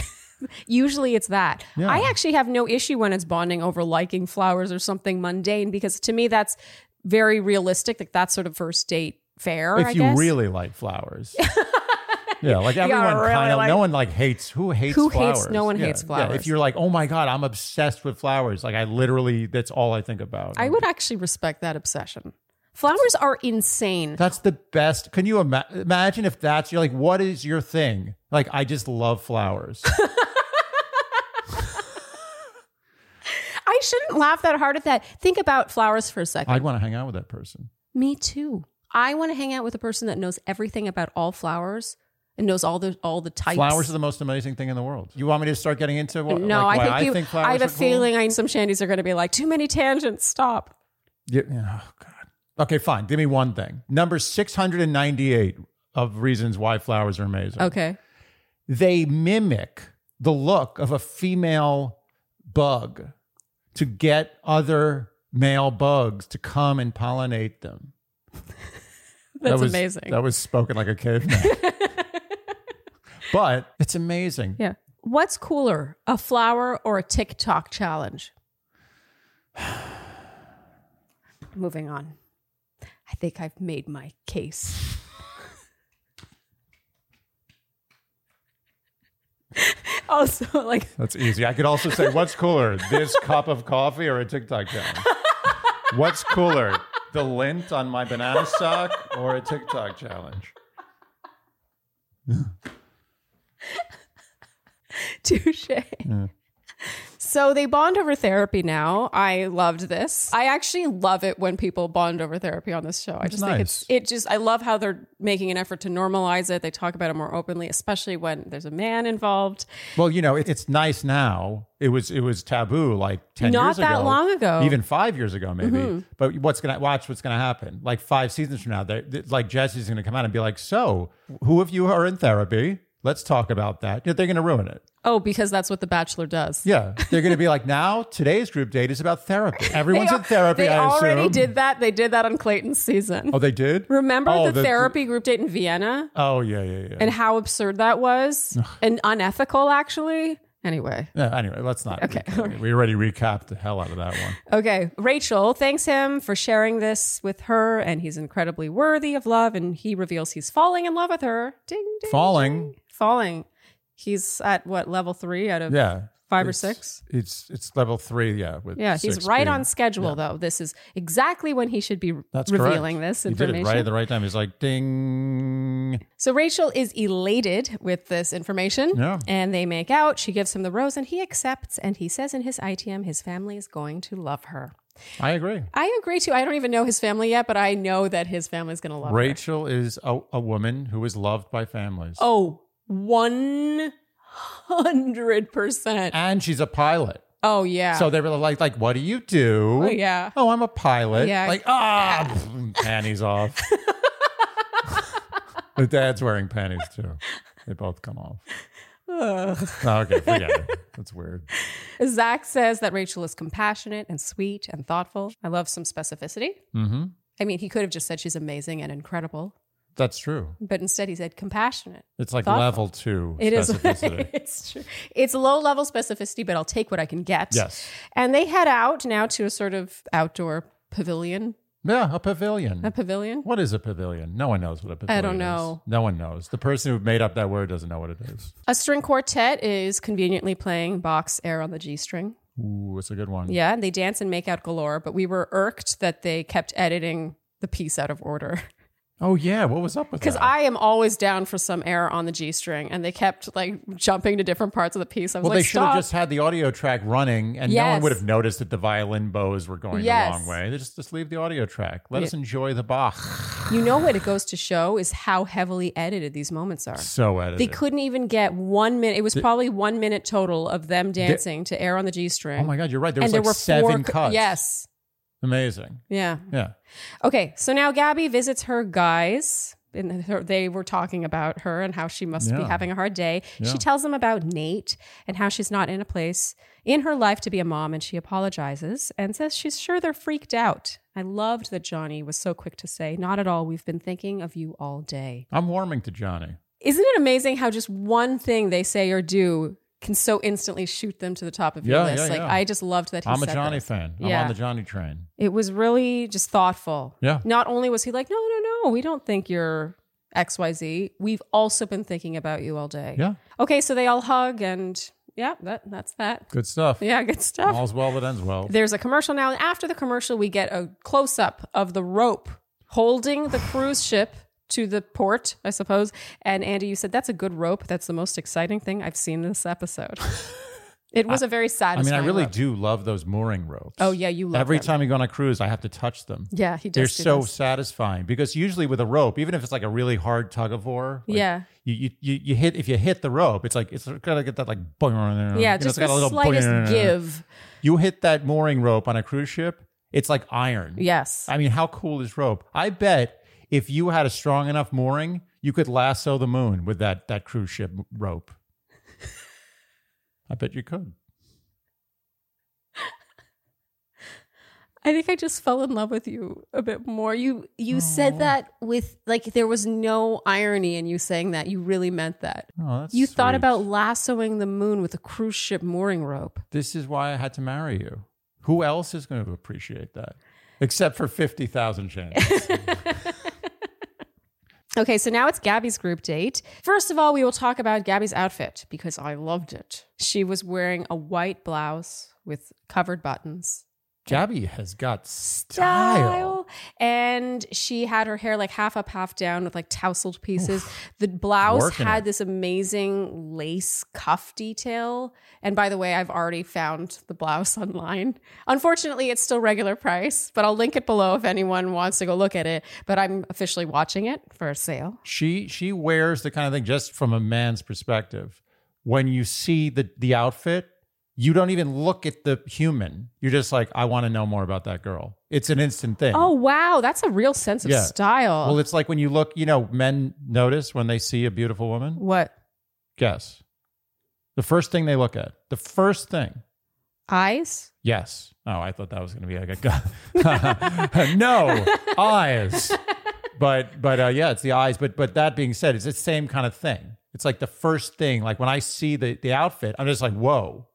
[SPEAKER 1] Usually it's that. I actually have no issue when it's bonding over liking flowers or something mundane because to me that's very realistic. Like that's sort of first date fare.
[SPEAKER 2] if
[SPEAKER 1] I
[SPEAKER 2] you
[SPEAKER 1] guess.
[SPEAKER 2] really like flowers. yeah, like everyone
[SPEAKER 1] really
[SPEAKER 2] kind of
[SPEAKER 1] like-
[SPEAKER 2] no one like hates who hates
[SPEAKER 1] Who
[SPEAKER 2] flowers.
[SPEAKER 1] hates- no one
[SPEAKER 2] Yeah,
[SPEAKER 1] hates
[SPEAKER 2] yeah.
[SPEAKER 1] flowers.
[SPEAKER 2] If you're like, "Oh my god, I'm obsessed with flowers." Like I literally that's all I think about.
[SPEAKER 1] I would actually respect that obsession. Flowers are insane.
[SPEAKER 2] That's the best. Can you ima- imagine if that's you're like, "What is your thing?" Like I just love flowers.
[SPEAKER 1] I shouldn't laugh that hard at that. Think about flowers for a second.
[SPEAKER 2] I'd want to hang out with that person.
[SPEAKER 1] me too. I want to hang out with a person that knows everything about all flowers and knows all the all the types.
[SPEAKER 2] Flowers are the most amazing thing in the world. You want me to start getting into what?
[SPEAKER 1] no,
[SPEAKER 2] like,
[SPEAKER 1] I
[SPEAKER 2] why
[SPEAKER 1] think you. I,
[SPEAKER 2] flowers
[SPEAKER 1] have a
[SPEAKER 2] are cool?
[SPEAKER 1] feeling I, some shandies are going to be like too many tangents. Stop.
[SPEAKER 2] Yeah, yeah, oh God. Okay, fine. Give me one thing. Number six hundred and ninety-eight of reasons why flowers are amazing.
[SPEAKER 1] Okay.
[SPEAKER 2] they mimic the look of a female bug to get other male bugs to come and pollinate them.
[SPEAKER 1] That's
[SPEAKER 2] was,
[SPEAKER 1] amazing.
[SPEAKER 2] That was spoken like a caveman. but it's amazing.
[SPEAKER 1] Yeah. What's cooler, a flower or a TikTok challenge? Moving on. I think I've made my case. also, like,
[SPEAKER 2] That's easy. I could also say, what's cooler, this cup of coffee or a TikTok challenge? What's cooler, the lint on my banana sock or a TikTok challenge?
[SPEAKER 1] Touche. So they bond over therapy now. I loved this. I actually love it when people bond over therapy on this show. I
[SPEAKER 2] It's
[SPEAKER 1] just think it's
[SPEAKER 2] nice.
[SPEAKER 1] it just I love how they're making an effort to normalize it. They talk about it more openly, especially when there's a man involved.
[SPEAKER 2] Well, you know, it, it's nice now. It was it was taboo like ten years
[SPEAKER 1] Not
[SPEAKER 2] ago,
[SPEAKER 1] that long ago. Mm-hmm.
[SPEAKER 2] even five years ago, maybe. But what's gonna watch? What's gonna happen? Like five seasons from now, they're- th- like Jesse's gonna come out and be like, "So, who of you are in therapy? Let's talk about that." You know, they're gonna ruin it.
[SPEAKER 1] Oh, because that's what The Bachelor does.
[SPEAKER 2] Yeah, they're gonna be like, "Now today's group date is about therapy. Everyone's
[SPEAKER 1] They
[SPEAKER 2] in therapy."
[SPEAKER 1] They
[SPEAKER 2] I
[SPEAKER 1] already
[SPEAKER 2] assume.
[SPEAKER 1] did that. They did that on Clayton's season.
[SPEAKER 2] Oh, they did.
[SPEAKER 1] Remember
[SPEAKER 2] Oh,
[SPEAKER 1] the, therapy group date in Vienna
[SPEAKER 2] Oh yeah, yeah, yeah.
[SPEAKER 1] and how absurd that was and unethical, actually. Anyway.
[SPEAKER 2] Yeah, anyway, let's not.
[SPEAKER 1] Okay,
[SPEAKER 2] recap it. We already recapped the hell out of that one.
[SPEAKER 1] Okay. Rachel thanks him for sharing this with her, and he's incredibly worthy of love. And he reveals he's falling in love with her. Ding, ding.
[SPEAKER 2] Falling.
[SPEAKER 1] Falling. He's at what, level three out of
[SPEAKER 2] Yeah.
[SPEAKER 1] five or
[SPEAKER 2] It's-
[SPEAKER 1] six?
[SPEAKER 2] It's it's level three, yeah. With
[SPEAKER 1] Yeah, he's
[SPEAKER 2] six
[SPEAKER 1] right
[SPEAKER 2] being-
[SPEAKER 1] on schedule, though. This is exactly when he should be
[SPEAKER 2] That's correct.
[SPEAKER 1] revealing this information.
[SPEAKER 2] He did it right at the right time. He's like, ding.
[SPEAKER 1] So Rachel is elated with this information.
[SPEAKER 2] Yeah.
[SPEAKER 1] And they make out. She gives him the rose and he accepts. And he says in his ITM, his family is going to love her.
[SPEAKER 2] I agree.
[SPEAKER 1] I agree too. I don't even know his family yet, but I know that his family is going to love her.
[SPEAKER 2] Rachel is a, a woman who is loved by families.
[SPEAKER 1] Oh, 100%.
[SPEAKER 2] And she's a pilot.
[SPEAKER 1] Oh, yeah.
[SPEAKER 2] So they were like, like, what do you do?
[SPEAKER 1] Oh, yeah.
[SPEAKER 2] Oh, I'm a pilot.
[SPEAKER 1] Yeah.
[SPEAKER 2] Like, ah, panties off. the dad's wearing panties too. They both come off. Oh,
[SPEAKER 1] Ugh.
[SPEAKER 2] Okay, forget it. That's weird.
[SPEAKER 1] Zach says that Rachel is compassionate and sweet and thoughtful. I love some specificity.
[SPEAKER 2] Mm-hmm.
[SPEAKER 1] I mean, he could have just said she's amazing and incredible,
[SPEAKER 2] That's true.
[SPEAKER 1] but instead he said compassionate.
[SPEAKER 2] It's like
[SPEAKER 1] Thoughtful.
[SPEAKER 2] level two.
[SPEAKER 1] It is.
[SPEAKER 2] specificity.
[SPEAKER 1] it's true. It's low level specificity, but I'll take what I can get.
[SPEAKER 2] Yes.
[SPEAKER 1] And they head out now to a sort of outdoor pavilion.
[SPEAKER 2] Yeah, a pavilion.
[SPEAKER 1] A pavilion.
[SPEAKER 2] what is a pavilion? No one knows what a pavilion
[SPEAKER 1] don't
[SPEAKER 2] is.
[SPEAKER 1] know.
[SPEAKER 2] No one knows. The person who made up that word doesn't know what it is.
[SPEAKER 1] A string quartet is conveniently playing box air on the G string.
[SPEAKER 2] Ooh, it's a good one.
[SPEAKER 1] Yeah, and they dance and make out galore, but we were irked that they kept editing the piece out of order.
[SPEAKER 2] Oh yeah, what was up with
[SPEAKER 1] Because
[SPEAKER 2] that?
[SPEAKER 1] I am always down for some air on the G string, and they kept like jumping to different parts of the piece. I was
[SPEAKER 2] well,
[SPEAKER 1] like,
[SPEAKER 2] they should
[SPEAKER 1] stop.
[SPEAKER 2] have just had the audio track running, and no one
[SPEAKER 1] Yes.
[SPEAKER 2] would have noticed that the violin bows were going
[SPEAKER 1] Yes.
[SPEAKER 2] the wrong way. They just just leave the audio track. Let us enjoy the Bach.
[SPEAKER 1] you know what it goes to show is how heavily edited these moments are.
[SPEAKER 2] So edited.
[SPEAKER 1] They couldn't even get one minute. It was probably one minute total of them dancing to air on the G string.
[SPEAKER 2] Oh my God, you're right. There was like seven cuts.
[SPEAKER 1] Yes.
[SPEAKER 2] Amazing.
[SPEAKER 1] Yeah.
[SPEAKER 2] Yeah.
[SPEAKER 1] Okay. So now Gabby visits her guys. And her, they were talking about her and how she must be
[SPEAKER 2] Yeah.
[SPEAKER 1] having a hard day.
[SPEAKER 2] Yeah.
[SPEAKER 1] She tells them about Nate and how she's not in a place in her life to be a mom. And she apologizes and says she's sure they're freaked out. I loved that Johnny was so quick to say, Not at all. We've been thinking of you all day.
[SPEAKER 2] I'm warming to Johnny.
[SPEAKER 1] Isn't it amazing how just one thing they say or do can so instantly shoot them to the top of your
[SPEAKER 2] Yeah, yeah,
[SPEAKER 1] list? like
[SPEAKER 2] yeah.
[SPEAKER 1] I just loved that he
[SPEAKER 2] I'm a
[SPEAKER 1] said
[SPEAKER 2] Johnny
[SPEAKER 1] that.
[SPEAKER 2] fan.
[SPEAKER 1] Yeah.
[SPEAKER 2] I'm on the Johnny train.
[SPEAKER 1] It was really just thoughtful.
[SPEAKER 2] Yeah.
[SPEAKER 1] Not only was he like, no, no, no, we don't think you're XYZ. We've also been thinking about you all day.
[SPEAKER 2] Yeah.
[SPEAKER 1] Okay, so they all hug and yeah, that that's that.
[SPEAKER 2] Good stuff.
[SPEAKER 1] Yeah, good stuff.
[SPEAKER 2] All's well that ends well.
[SPEAKER 1] There's a commercial now, and after the commercial, we get a close up of the rope holding the cruise ship to the port, I suppose. And Andy, you said that's a good rope. That's the most exciting thing I've seen this episode. it was a
[SPEAKER 2] I
[SPEAKER 1] very
[SPEAKER 2] mean,
[SPEAKER 1] satisfying.
[SPEAKER 2] I really
[SPEAKER 1] rope.
[SPEAKER 2] do love those mooring ropes.
[SPEAKER 1] Oh yeah, you love
[SPEAKER 2] Every
[SPEAKER 1] them.
[SPEAKER 2] time you go on a cruise, I have to touch them.
[SPEAKER 1] Yeah, he does.
[SPEAKER 2] They're
[SPEAKER 1] do
[SPEAKER 2] so
[SPEAKER 1] this.
[SPEAKER 2] satisfying because usually with a rope, even if it's like a really hard tug of war, like, um,
[SPEAKER 1] Yeah.
[SPEAKER 2] you, you you you hit if you hit the rope, it's like it's gotta get that like boing, you know,
[SPEAKER 1] Yeah,
[SPEAKER 2] it's
[SPEAKER 1] just
[SPEAKER 2] got a
[SPEAKER 1] the
[SPEAKER 2] little
[SPEAKER 1] slightest
[SPEAKER 2] boing.
[SPEAKER 1] give.
[SPEAKER 2] You hit that mooring rope on a cruise ship, it's like iron.
[SPEAKER 1] Yes.
[SPEAKER 2] I mean, how cool is rope? I bet if you had a strong enough mooring, you could lasso the moon with that that cruise ship m- rope. I bet you could.
[SPEAKER 1] I think I just fell in love with you a bit more. You you said that with like there was no irony in you saying that. You really meant that.
[SPEAKER 2] Oh, that's
[SPEAKER 1] you thought
[SPEAKER 2] sweet.
[SPEAKER 1] about lassoing the moon with a cruise ship mooring rope.
[SPEAKER 2] this is why I had to marry you. Who else is going to appreciate that? Except for 50,000 chances.
[SPEAKER 1] Okay, so now it's Gabby's group date. First of all, we will talk about Gabby's outfit because I loved it. She was wearing a white blouse with covered buttons.
[SPEAKER 2] Gabby has got style.
[SPEAKER 1] style. And she had her hair like half up, half down with like tousled pieces. The blouse
[SPEAKER 2] Working
[SPEAKER 1] had
[SPEAKER 2] it.
[SPEAKER 1] this amazing lace cuff detail. And by the way, I've already found the blouse online. Unfortunately, it's still regular price, but I'll link it below if anyone wants to go look at it. But I'm officially watching it for sale.
[SPEAKER 2] She she wears the kind of thing just from a man's perspective. When you see the the outfit, you don't even look at the human. You're just like, I want to know more about that girl. It's an instant thing.
[SPEAKER 1] Oh, wow. That's a real sense of
[SPEAKER 2] Yeah.
[SPEAKER 1] style.
[SPEAKER 2] Well, it's like when you look, you know, men notice when they see a beautiful woman.
[SPEAKER 1] what?
[SPEAKER 2] Guess. The first thing they look at. The first thing.
[SPEAKER 1] Eyes?
[SPEAKER 2] Yes. Oh, I thought that was going to be like a gun. no eyes. But but uh, yeah, it's the eyes. But but that being said, it's the same kind of thing. It's like the first thing. Like when I see the the outfit, I'm just like, whoa,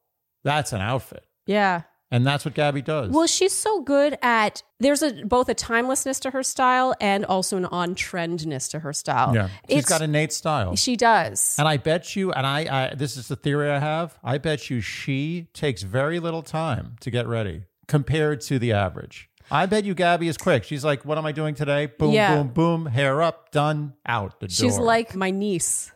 [SPEAKER 2] that's an outfit,
[SPEAKER 1] Yeah.
[SPEAKER 2] and that's what Gabby does.
[SPEAKER 1] Well, she's so good at there's a both a timelessness to her style and also an on trendness to her style.
[SPEAKER 2] yeah, she's
[SPEAKER 1] it's
[SPEAKER 2] got innate style.
[SPEAKER 1] she does.
[SPEAKER 2] And I bet you, and I, I, this is the theory I have. I bet you she takes very little time to get ready compared to the average. I bet you Gabby is quick. She's like, "What am I doing today? Boom,
[SPEAKER 1] Yeah.
[SPEAKER 2] boom, boom. Hair up, done, out the door."
[SPEAKER 1] She's like my niece.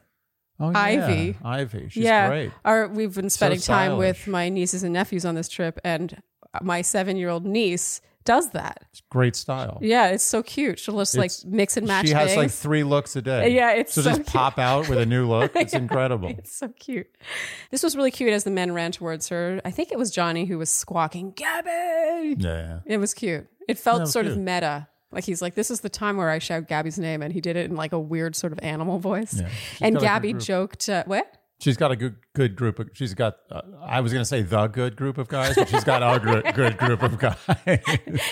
[SPEAKER 2] oh,
[SPEAKER 1] Ivy.
[SPEAKER 2] Ivy. She's
[SPEAKER 1] yeah.
[SPEAKER 2] great.
[SPEAKER 1] Our, we've been spending time with
[SPEAKER 2] stylish.
[SPEAKER 1] my nieces and nephews on this trip, and my seven year old niece does that.
[SPEAKER 2] It's great style.
[SPEAKER 1] Yeah, it's so cute. She'll just
[SPEAKER 2] It's-
[SPEAKER 1] like mix and match.
[SPEAKER 2] She has like
[SPEAKER 1] things.
[SPEAKER 2] three looks a day.
[SPEAKER 1] Yeah, it's
[SPEAKER 2] so,
[SPEAKER 1] so
[SPEAKER 2] just
[SPEAKER 1] cute.
[SPEAKER 2] pop out with a new look. It's incredible.
[SPEAKER 1] It's so cute. This was really cute as the men ran towards her. I think it was Johnny who was squawking, Gabby.
[SPEAKER 2] Yeah.
[SPEAKER 1] It was cute. It felt
[SPEAKER 2] That was
[SPEAKER 1] sort of
[SPEAKER 2] cute.
[SPEAKER 1] meta. Like he's like, this is the time where I shout Gabby's name, and he did it in like a weird sort of animal voice.
[SPEAKER 2] Yeah.
[SPEAKER 1] And
[SPEAKER 2] got a good
[SPEAKER 1] Gabby
[SPEAKER 2] group.
[SPEAKER 1] joked, uh, "What?
[SPEAKER 2] She's got a good good group. Of, she's got. Uh, I was gonna say the good group of guys, but she's got a gr- good group of guys.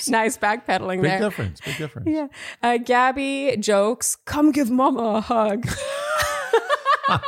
[SPEAKER 1] nice backpedaling
[SPEAKER 2] Big
[SPEAKER 1] there."
[SPEAKER 2] difference. Big difference.
[SPEAKER 1] Yeah. Uh, Gabby jokes, "Come give Mama a hug."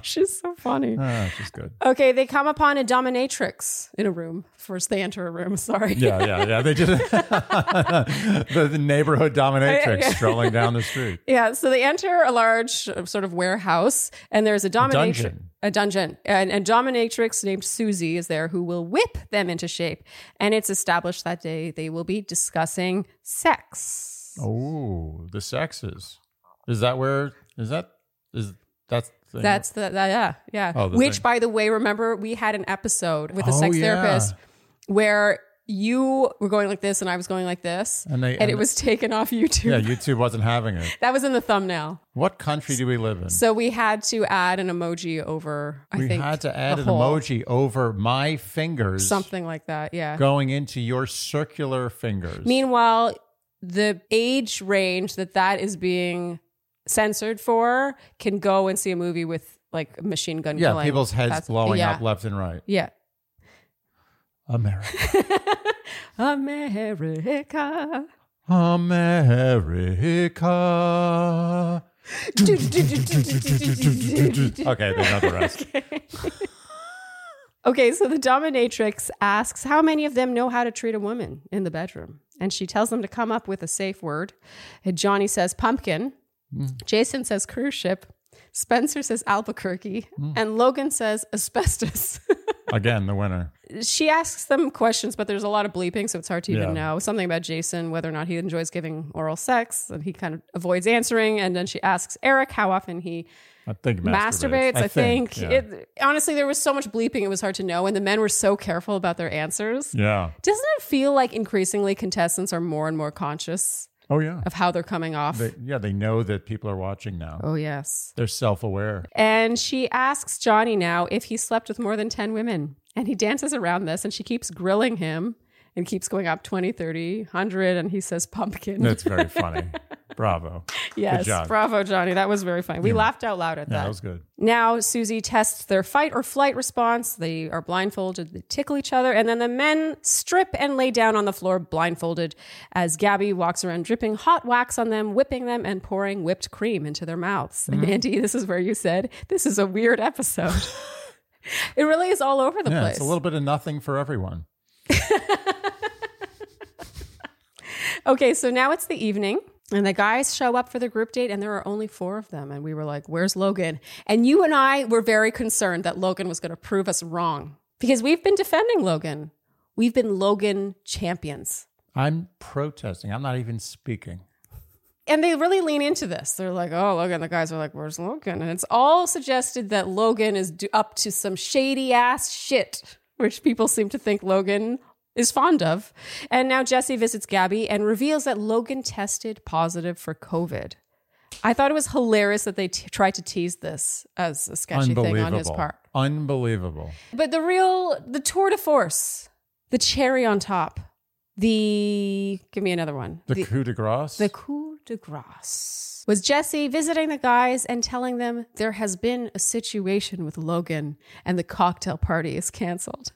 [SPEAKER 1] She's so funny.
[SPEAKER 2] Ah, she's good.
[SPEAKER 1] Okay, they come upon a dominatrix in a room. First, they enter a room. Sorry.
[SPEAKER 2] Yeah, yeah, yeah. They just the, the neighborhood dominatrix
[SPEAKER 1] Yeah, yeah.
[SPEAKER 2] strolling down the street.
[SPEAKER 1] Yeah, so they enter a large uh, sort of warehouse, and there's a dominatrix,
[SPEAKER 2] dungeon.
[SPEAKER 1] a dungeon, and a dominatrix named Susie is there who will whip them into shape. And it's established that day they will be discussing sex.
[SPEAKER 2] Oh, the sexes. Is that where? Is that? Is that's the thing?
[SPEAKER 1] That's the, that- yeah, yeah.
[SPEAKER 2] Oh, the
[SPEAKER 1] Which,
[SPEAKER 2] thing.
[SPEAKER 1] by the way, remember we had an episode with a
[SPEAKER 2] Oh,
[SPEAKER 1] sex
[SPEAKER 2] yeah.
[SPEAKER 1] therapist where you were going like this and I was going like this,
[SPEAKER 2] And they-
[SPEAKER 1] and it
[SPEAKER 2] and-
[SPEAKER 1] was taken off YouTube.
[SPEAKER 2] Yeah, YouTube wasn't having it.
[SPEAKER 1] that was in the thumbnail.
[SPEAKER 2] What country do we live in?
[SPEAKER 1] So we had to add an emoji over. I
[SPEAKER 2] we
[SPEAKER 1] think
[SPEAKER 2] had to
[SPEAKER 1] the
[SPEAKER 2] add an
[SPEAKER 1] whole-
[SPEAKER 2] emoji over my fingers,
[SPEAKER 1] something like that. Yeah.
[SPEAKER 2] going into your circular fingers.
[SPEAKER 1] Meanwhile, the age range that that is being censored for can go and see a movie with like machine gun
[SPEAKER 2] yeah,
[SPEAKER 1] killing.
[SPEAKER 2] people's heads
[SPEAKER 1] That's-
[SPEAKER 2] blowing
[SPEAKER 1] yeah.
[SPEAKER 2] up left and right.
[SPEAKER 1] Yeah.
[SPEAKER 2] America,
[SPEAKER 1] America.
[SPEAKER 2] America. Okay, they know the rest.
[SPEAKER 1] Okay, so the dominatrix asks how many of them know how to treat a woman in the bedroom. And she tells them to come up with a safe word. And Johnny says pumpkin. Jason says cruise ship. Spencer says Albuquerque. And Logan says asbestos.
[SPEAKER 2] Again, the winner.
[SPEAKER 1] she asks them questions, but there's a lot of bleeping, so it's hard to
[SPEAKER 2] Yeah.
[SPEAKER 1] even know. Something about Jason, whether or not he enjoys giving oral sex, and he kind of avoids answering. And then she asks Eric how often he
[SPEAKER 2] I think
[SPEAKER 1] masturbates. I, think,
[SPEAKER 2] Yeah.
[SPEAKER 1] it, honestly, there was so much bleeping, it was hard to know. And the men were so careful about their answers.
[SPEAKER 2] Yeah.
[SPEAKER 1] Doesn't it feel like increasingly contestants are more and more conscious
[SPEAKER 2] Oh yeah.
[SPEAKER 1] of how they're coming off?
[SPEAKER 2] They, yeah, they know that people are watching now.
[SPEAKER 1] oh, yes.
[SPEAKER 2] They're self-aware.
[SPEAKER 1] And she asks Johnny now if he slept with more than 10 women. And he dances around this and she keeps grilling him and keeps going up 20, 30, 100. And he says, pumpkin.
[SPEAKER 2] That's very funny. Bravo.
[SPEAKER 1] yes.
[SPEAKER 2] job.
[SPEAKER 1] Bravo, Johnny. That was very funny. We laughed out loud at
[SPEAKER 2] Yeah,
[SPEAKER 1] that.
[SPEAKER 2] that was good.
[SPEAKER 1] Now, Susie tests their fight or flight response. They are blindfolded, they tickle each other, and then the men strip and lay down on the floor blindfolded as Gabby walks around dripping hot wax on them, whipping them, and pouring whipped cream into their mouths.
[SPEAKER 2] Mm-hmm.
[SPEAKER 1] And Andy, this is where you said, This is a weird episode. it really is all over the
[SPEAKER 2] Yeah,
[SPEAKER 1] place.
[SPEAKER 2] it's a little bit of nothing for everyone.
[SPEAKER 1] Okay, so now it's the evening, and the guys show up for the group date, and there are only four of them. And we were like, Where's Logan? And you and I were very concerned that Logan was going to prove us wrong because we've been defending Logan. We've been Logan champions.
[SPEAKER 2] I'm protesting. I'm not even speaking.
[SPEAKER 1] And they really lean into this. They're like, Oh, Logan. The guys are like, Where's Logan? And it's all suggested that Logan is do- up to some shady ass shit, which people seem to think Logan. Is fond of. And now Jesse visits Gabby and reveals that Logan tested positive for COVID. I thought it was hilarious that they t- tried to tease this as a sketchy thing on his
[SPEAKER 2] Unbelievable.
[SPEAKER 1] part.
[SPEAKER 2] Unbelievable.
[SPEAKER 1] But the real, the tour de force, the cherry on top, the give me another one.
[SPEAKER 2] The, coup de grace.
[SPEAKER 1] the coup de grace was Jesse visiting the guys and telling them there has been a situation with Logan and the cocktail party is canceled.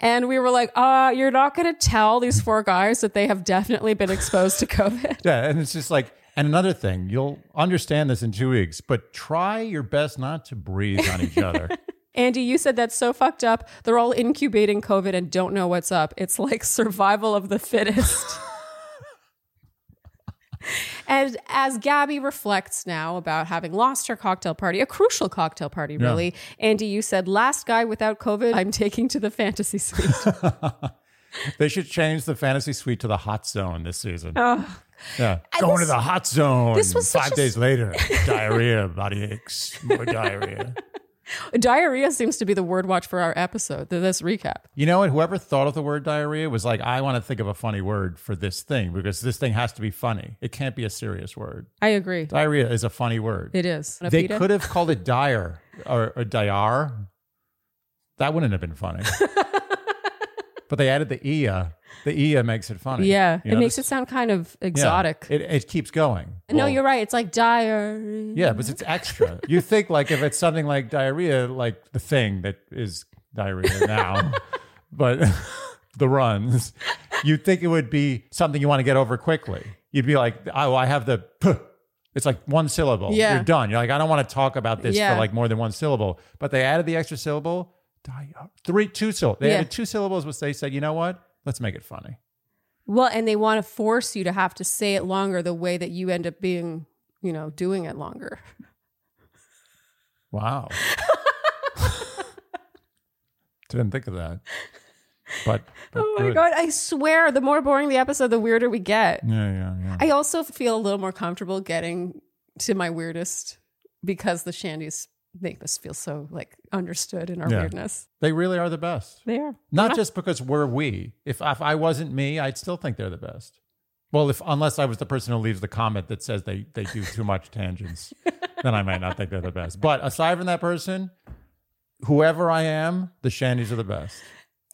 [SPEAKER 1] And we were like, uh, you're not going to tell these four guys that they have definitely been exposed to COVID.
[SPEAKER 2] yeah, and it's just like And another thing, you'll understand this in two weeks, but try your best not to breathe on each other.
[SPEAKER 1] Andy, you said that's so fucked up. They're all incubating COVID and don't know what's up. It's like survival of the fittest. and as Gabby reflects now about having lost her cocktail party, a crucial cocktail party, really, Andy, you said, last guy without COVID, I'm taking to the fantasy suite.
[SPEAKER 2] they should change the fantasy suite to the hot zone this season. Yeah. Going to the hot zone.
[SPEAKER 1] Oh. this was such
[SPEAKER 2] five
[SPEAKER 1] a
[SPEAKER 2] days later. diarrhea, body aches, more diarrhea.
[SPEAKER 1] Diarrhea seems to be the word watch for our episode, th- this recap.
[SPEAKER 2] You know what? Whoever thought of the word diarrhea was like, I want to think of a funny word for this thing because this thing has to be funny. It can't be a serious word.
[SPEAKER 1] I agree.
[SPEAKER 2] Diarrhea is a funny word.
[SPEAKER 1] It is.
[SPEAKER 2] They could have called it dire or, or diar. That wouldn't have been funny. but they added the ia. The ia makes it funny.
[SPEAKER 1] Yeah.
[SPEAKER 2] You
[SPEAKER 1] it
[SPEAKER 2] know,
[SPEAKER 1] makes it
[SPEAKER 2] this-
[SPEAKER 1] sound kind of
[SPEAKER 2] yeah.
[SPEAKER 1] exotic.
[SPEAKER 2] It, it keeps going.
[SPEAKER 1] no,
[SPEAKER 2] Well,
[SPEAKER 1] you're right. It's like diarrhea.
[SPEAKER 2] Yeah, but it's extra. you think like if it's something like diarrhea, like the thing that is diarrhea now, but the runs, you'd think it would be something you want to get over quickly. You'd be like, oh, I have the. P. It's like one syllable.
[SPEAKER 1] Yeah.
[SPEAKER 2] You're done. You're like, I don't want to talk about this
[SPEAKER 1] Yeah.
[SPEAKER 2] for like more than one syllable. But they added the extra syllable, di- three, two syllables. They
[SPEAKER 1] Yeah.
[SPEAKER 2] added two syllables, which they said, you know what? Let's make it funny.
[SPEAKER 1] Well, and they want to force you to have to say it longer the way that you end up being, you know, doing it longer.
[SPEAKER 2] Wow. Didn't think of that. But, but
[SPEAKER 1] Oh my
[SPEAKER 2] good.
[SPEAKER 1] God. I swear, the more boring the episode, the weirder we get.
[SPEAKER 2] Yeah, yeah, yeah.
[SPEAKER 1] I also feel a little more comfortable getting to my weirdest because the shandies make us feel so like understood in our
[SPEAKER 2] Yeah.
[SPEAKER 1] weirdness.
[SPEAKER 2] they really are the best.
[SPEAKER 1] They are.
[SPEAKER 2] Not just because we're we. If if I wasn't me, I'd still think they're the best. Well, if unless I was the person who leaves the comment that says they they do too much tangents, then I might not think they're the best. But aside from that person, whoever I am, the Shandies are the best.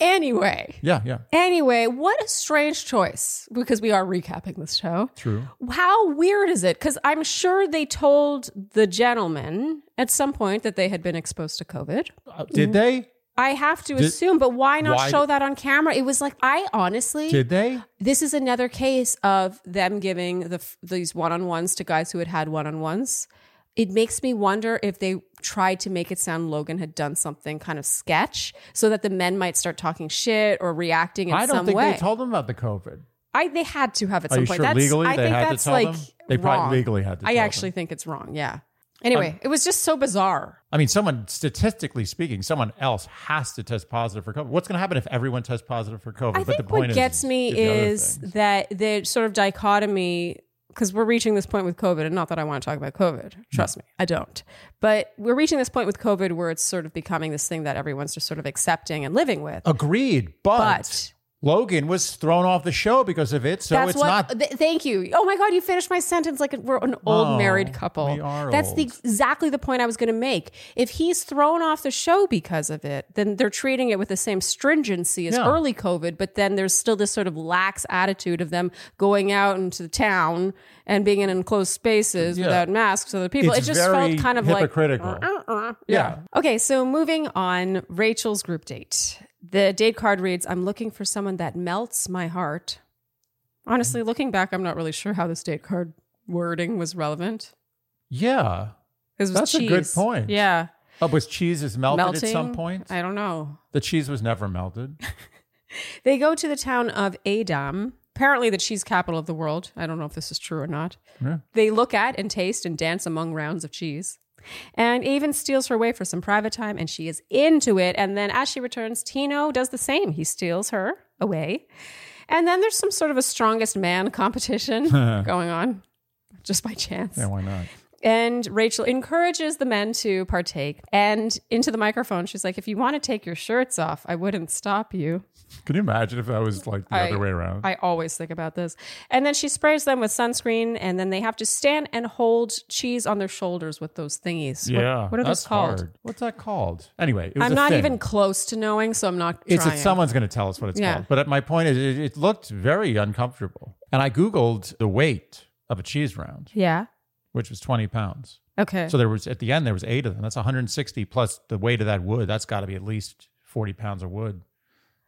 [SPEAKER 1] Anyway.
[SPEAKER 2] Yeah, yeah.
[SPEAKER 1] Anyway, what a strange choice because we are recapping this show.
[SPEAKER 2] True.
[SPEAKER 1] How weird is it? Because I'm sure they told the gentleman at some point that they had been exposed to COVID.
[SPEAKER 2] Uh,
[SPEAKER 1] Mm.
[SPEAKER 2] did they?
[SPEAKER 1] I have to
[SPEAKER 2] Did-
[SPEAKER 1] assume, but why not
[SPEAKER 2] why-
[SPEAKER 1] show that on camera? It was like I honestly,
[SPEAKER 2] Did they?
[SPEAKER 1] this is another case of them giving the f- these one on ones to guys who had had one on ones. It makes me wonder if they tried to make it sound Logan had done something kind of sketch, so that the men might start talking shit or reacting in
[SPEAKER 2] I don't
[SPEAKER 1] some
[SPEAKER 2] think
[SPEAKER 1] way.
[SPEAKER 2] they told them about the COVID.
[SPEAKER 1] I they had to have at
[SPEAKER 2] Are
[SPEAKER 1] some
[SPEAKER 2] you
[SPEAKER 1] point.
[SPEAKER 2] sure
[SPEAKER 1] that's,
[SPEAKER 2] legally
[SPEAKER 1] I
[SPEAKER 2] they
[SPEAKER 1] think
[SPEAKER 2] had to
[SPEAKER 1] that's
[SPEAKER 2] tell
[SPEAKER 1] like
[SPEAKER 2] them? They probably
[SPEAKER 1] wrong.
[SPEAKER 2] legally had to
[SPEAKER 1] I
[SPEAKER 2] tell
[SPEAKER 1] actually think it's wrong. Yeah. Anyway, it was just so bizarre.
[SPEAKER 2] I mean, someone statistically speaking, someone else has to test positive for COVID. What's going to happen if everyone tests positive for COVID?
[SPEAKER 1] I think what gets me
[SPEAKER 2] the other
[SPEAKER 1] is
[SPEAKER 2] things.
[SPEAKER 1] that the sort of dichotomy because we're reaching this point with COVID, and not that I want to talk about COVID. Trust me, I don't. But we're reaching this point with COVID where it's sort of becoming this thing that everyone's just sort of accepting and living with.
[SPEAKER 2] agreed, but,
[SPEAKER 1] But-
[SPEAKER 2] Logan was thrown off the show because of it, so
[SPEAKER 1] That's
[SPEAKER 2] it's
[SPEAKER 1] what.
[SPEAKER 2] not.
[SPEAKER 1] th- thank you. Oh my God, you finished my sentence like we're an old
[SPEAKER 2] Oh,
[SPEAKER 1] married couple.
[SPEAKER 2] we are
[SPEAKER 1] That's The,
[SPEAKER 2] old.
[SPEAKER 1] exactly the point I was going to make. If he's thrown off the show because of it, then they're treating it with the same stringency as
[SPEAKER 2] Yeah.
[SPEAKER 1] early COVID, but then there's still this sort of lax attitude of them going out into the town and being in enclosed spaces
[SPEAKER 2] Yeah.
[SPEAKER 1] without masks with other people.
[SPEAKER 2] It's
[SPEAKER 1] it just
[SPEAKER 2] very
[SPEAKER 1] felt kind of
[SPEAKER 2] hypocritical.
[SPEAKER 1] like uh, uh, yeah. Okay, so moving on, Rachel's group date. The date card reads, "I'm looking for someone that melts my heart." Honestly, looking back, I'm not really sure how this date card wording was relevant.
[SPEAKER 2] yeah.
[SPEAKER 1] 'Cause it was
[SPEAKER 2] That's a good
[SPEAKER 1] cheese.
[SPEAKER 2] point.
[SPEAKER 1] Yeah,
[SPEAKER 2] Oh, was cheese is melted
[SPEAKER 1] melting
[SPEAKER 2] at some point?
[SPEAKER 1] I don't know.
[SPEAKER 2] the cheese was never melted.
[SPEAKER 1] They go to the town of Adam. Apparently, the cheese capital of the world. I don't know if this is true or not.
[SPEAKER 2] Yeah.
[SPEAKER 1] They look at and taste and dance among rounds of cheese. And Avon steals her away for some private time, and she is into it. And then as she returns, Tino does the same. He steals her away. And then there's some sort of a strongest man competition going on just by chance.
[SPEAKER 2] Yeah, why not?
[SPEAKER 1] And Rachel encourages the men to partake. And into the microphone, she's like, If you want to take your shirts off, I wouldn't stop you.
[SPEAKER 2] Can you imagine if that was like the other way around?
[SPEAKER 1] I always think about this. And then she sprays them with sunscreen, and then they have to stand and hold cheese on their shoulders with those thingies. What-
[SPEAKER 2] yeah.
[SPEAKER 1] What, are
[SPEAKER 2] that's
[SPEAKER 1] those called?
[SPEAKER 2] hard. What's that called? Anyway, it was
[SPEAKER 1] I'm
[SPEAKER 2] a
[SPEAKER 1] not
[SPEAKER 2] thing.
[SPEAKER 1] even close to knowing, so I'm not
[SPEAKER 2] It's
[SPEAKER 1] trying.
[SPEAKER 2] it's someone's going to tell us what it's
[SPEAKER 1] Yeah.
[SPEAKER 2] called. But uh, my point is, it, it looked very uncomfortable. And I googled the weight of a cheese round,
[SPEAKER 1] Yeah.
[SPEAKER 2] which was twenty pounds.
[SPEAKER 1] Okay.
[SPEAKER 2] So there was at the end there was eight of them. That's 160 plus the weight of that wood. That's got to be at least 40 pounds of wood.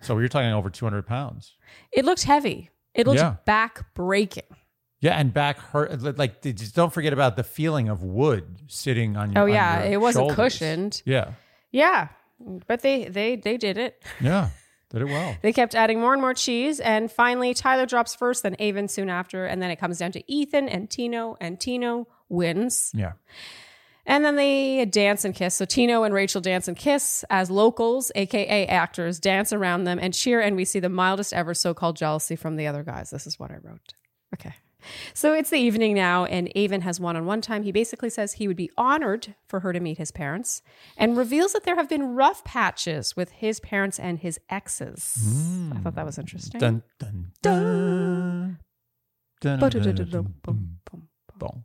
[SPEAKER 2] So you're talking over 200 pounds.
[SPEAKER 1] it looked heavy. It looked
[SPEAKER 2] Yeah.
[SPEAKER 1] back breaking.
[SPEAKER 2] Yeah, and back hurt. Like, they just don't forget about the feeling of wood sitting on your.
[SPEAKER 1] Oh
[SPEAKER 2] on
[SPEAKER 1] yeah,
[SPEAKER 2] your
[SPEAKER 1] it wasn't
[SPEAKER 2] shoulders.
[SPEAKER 1] cushioned.
[SPEAKER 2] Yeah,
[SPEAKER 1] Yeah, but they they they did it.
[SPEAKER 2] yeah, did it well.
[SPEAKER 1] They kept adding more and more cheese, and finally Tyler drops first, then Avon soon after, and then it comes down to Ethan and Tino, and Tino wins.
[SPEAKER 2] yeah,
[SPEAKER 1] And then they dance and kiss. So Tino and Rachel dance and kiss as locals, aka actors, dance around them and cheer, and we see the mildest ever so-called jealousy from the other guys. This is what I wrote. Okay. So it's the evening now, and Avon has won on one time. He basically says he would be honored for her to meet his parents and reveals that there have been rough patches with his parents and his exes. I thought that was interesting.
[SPEAKER 2] dun dun dun. Dun, dun, dun, dun, dun, boom, boom.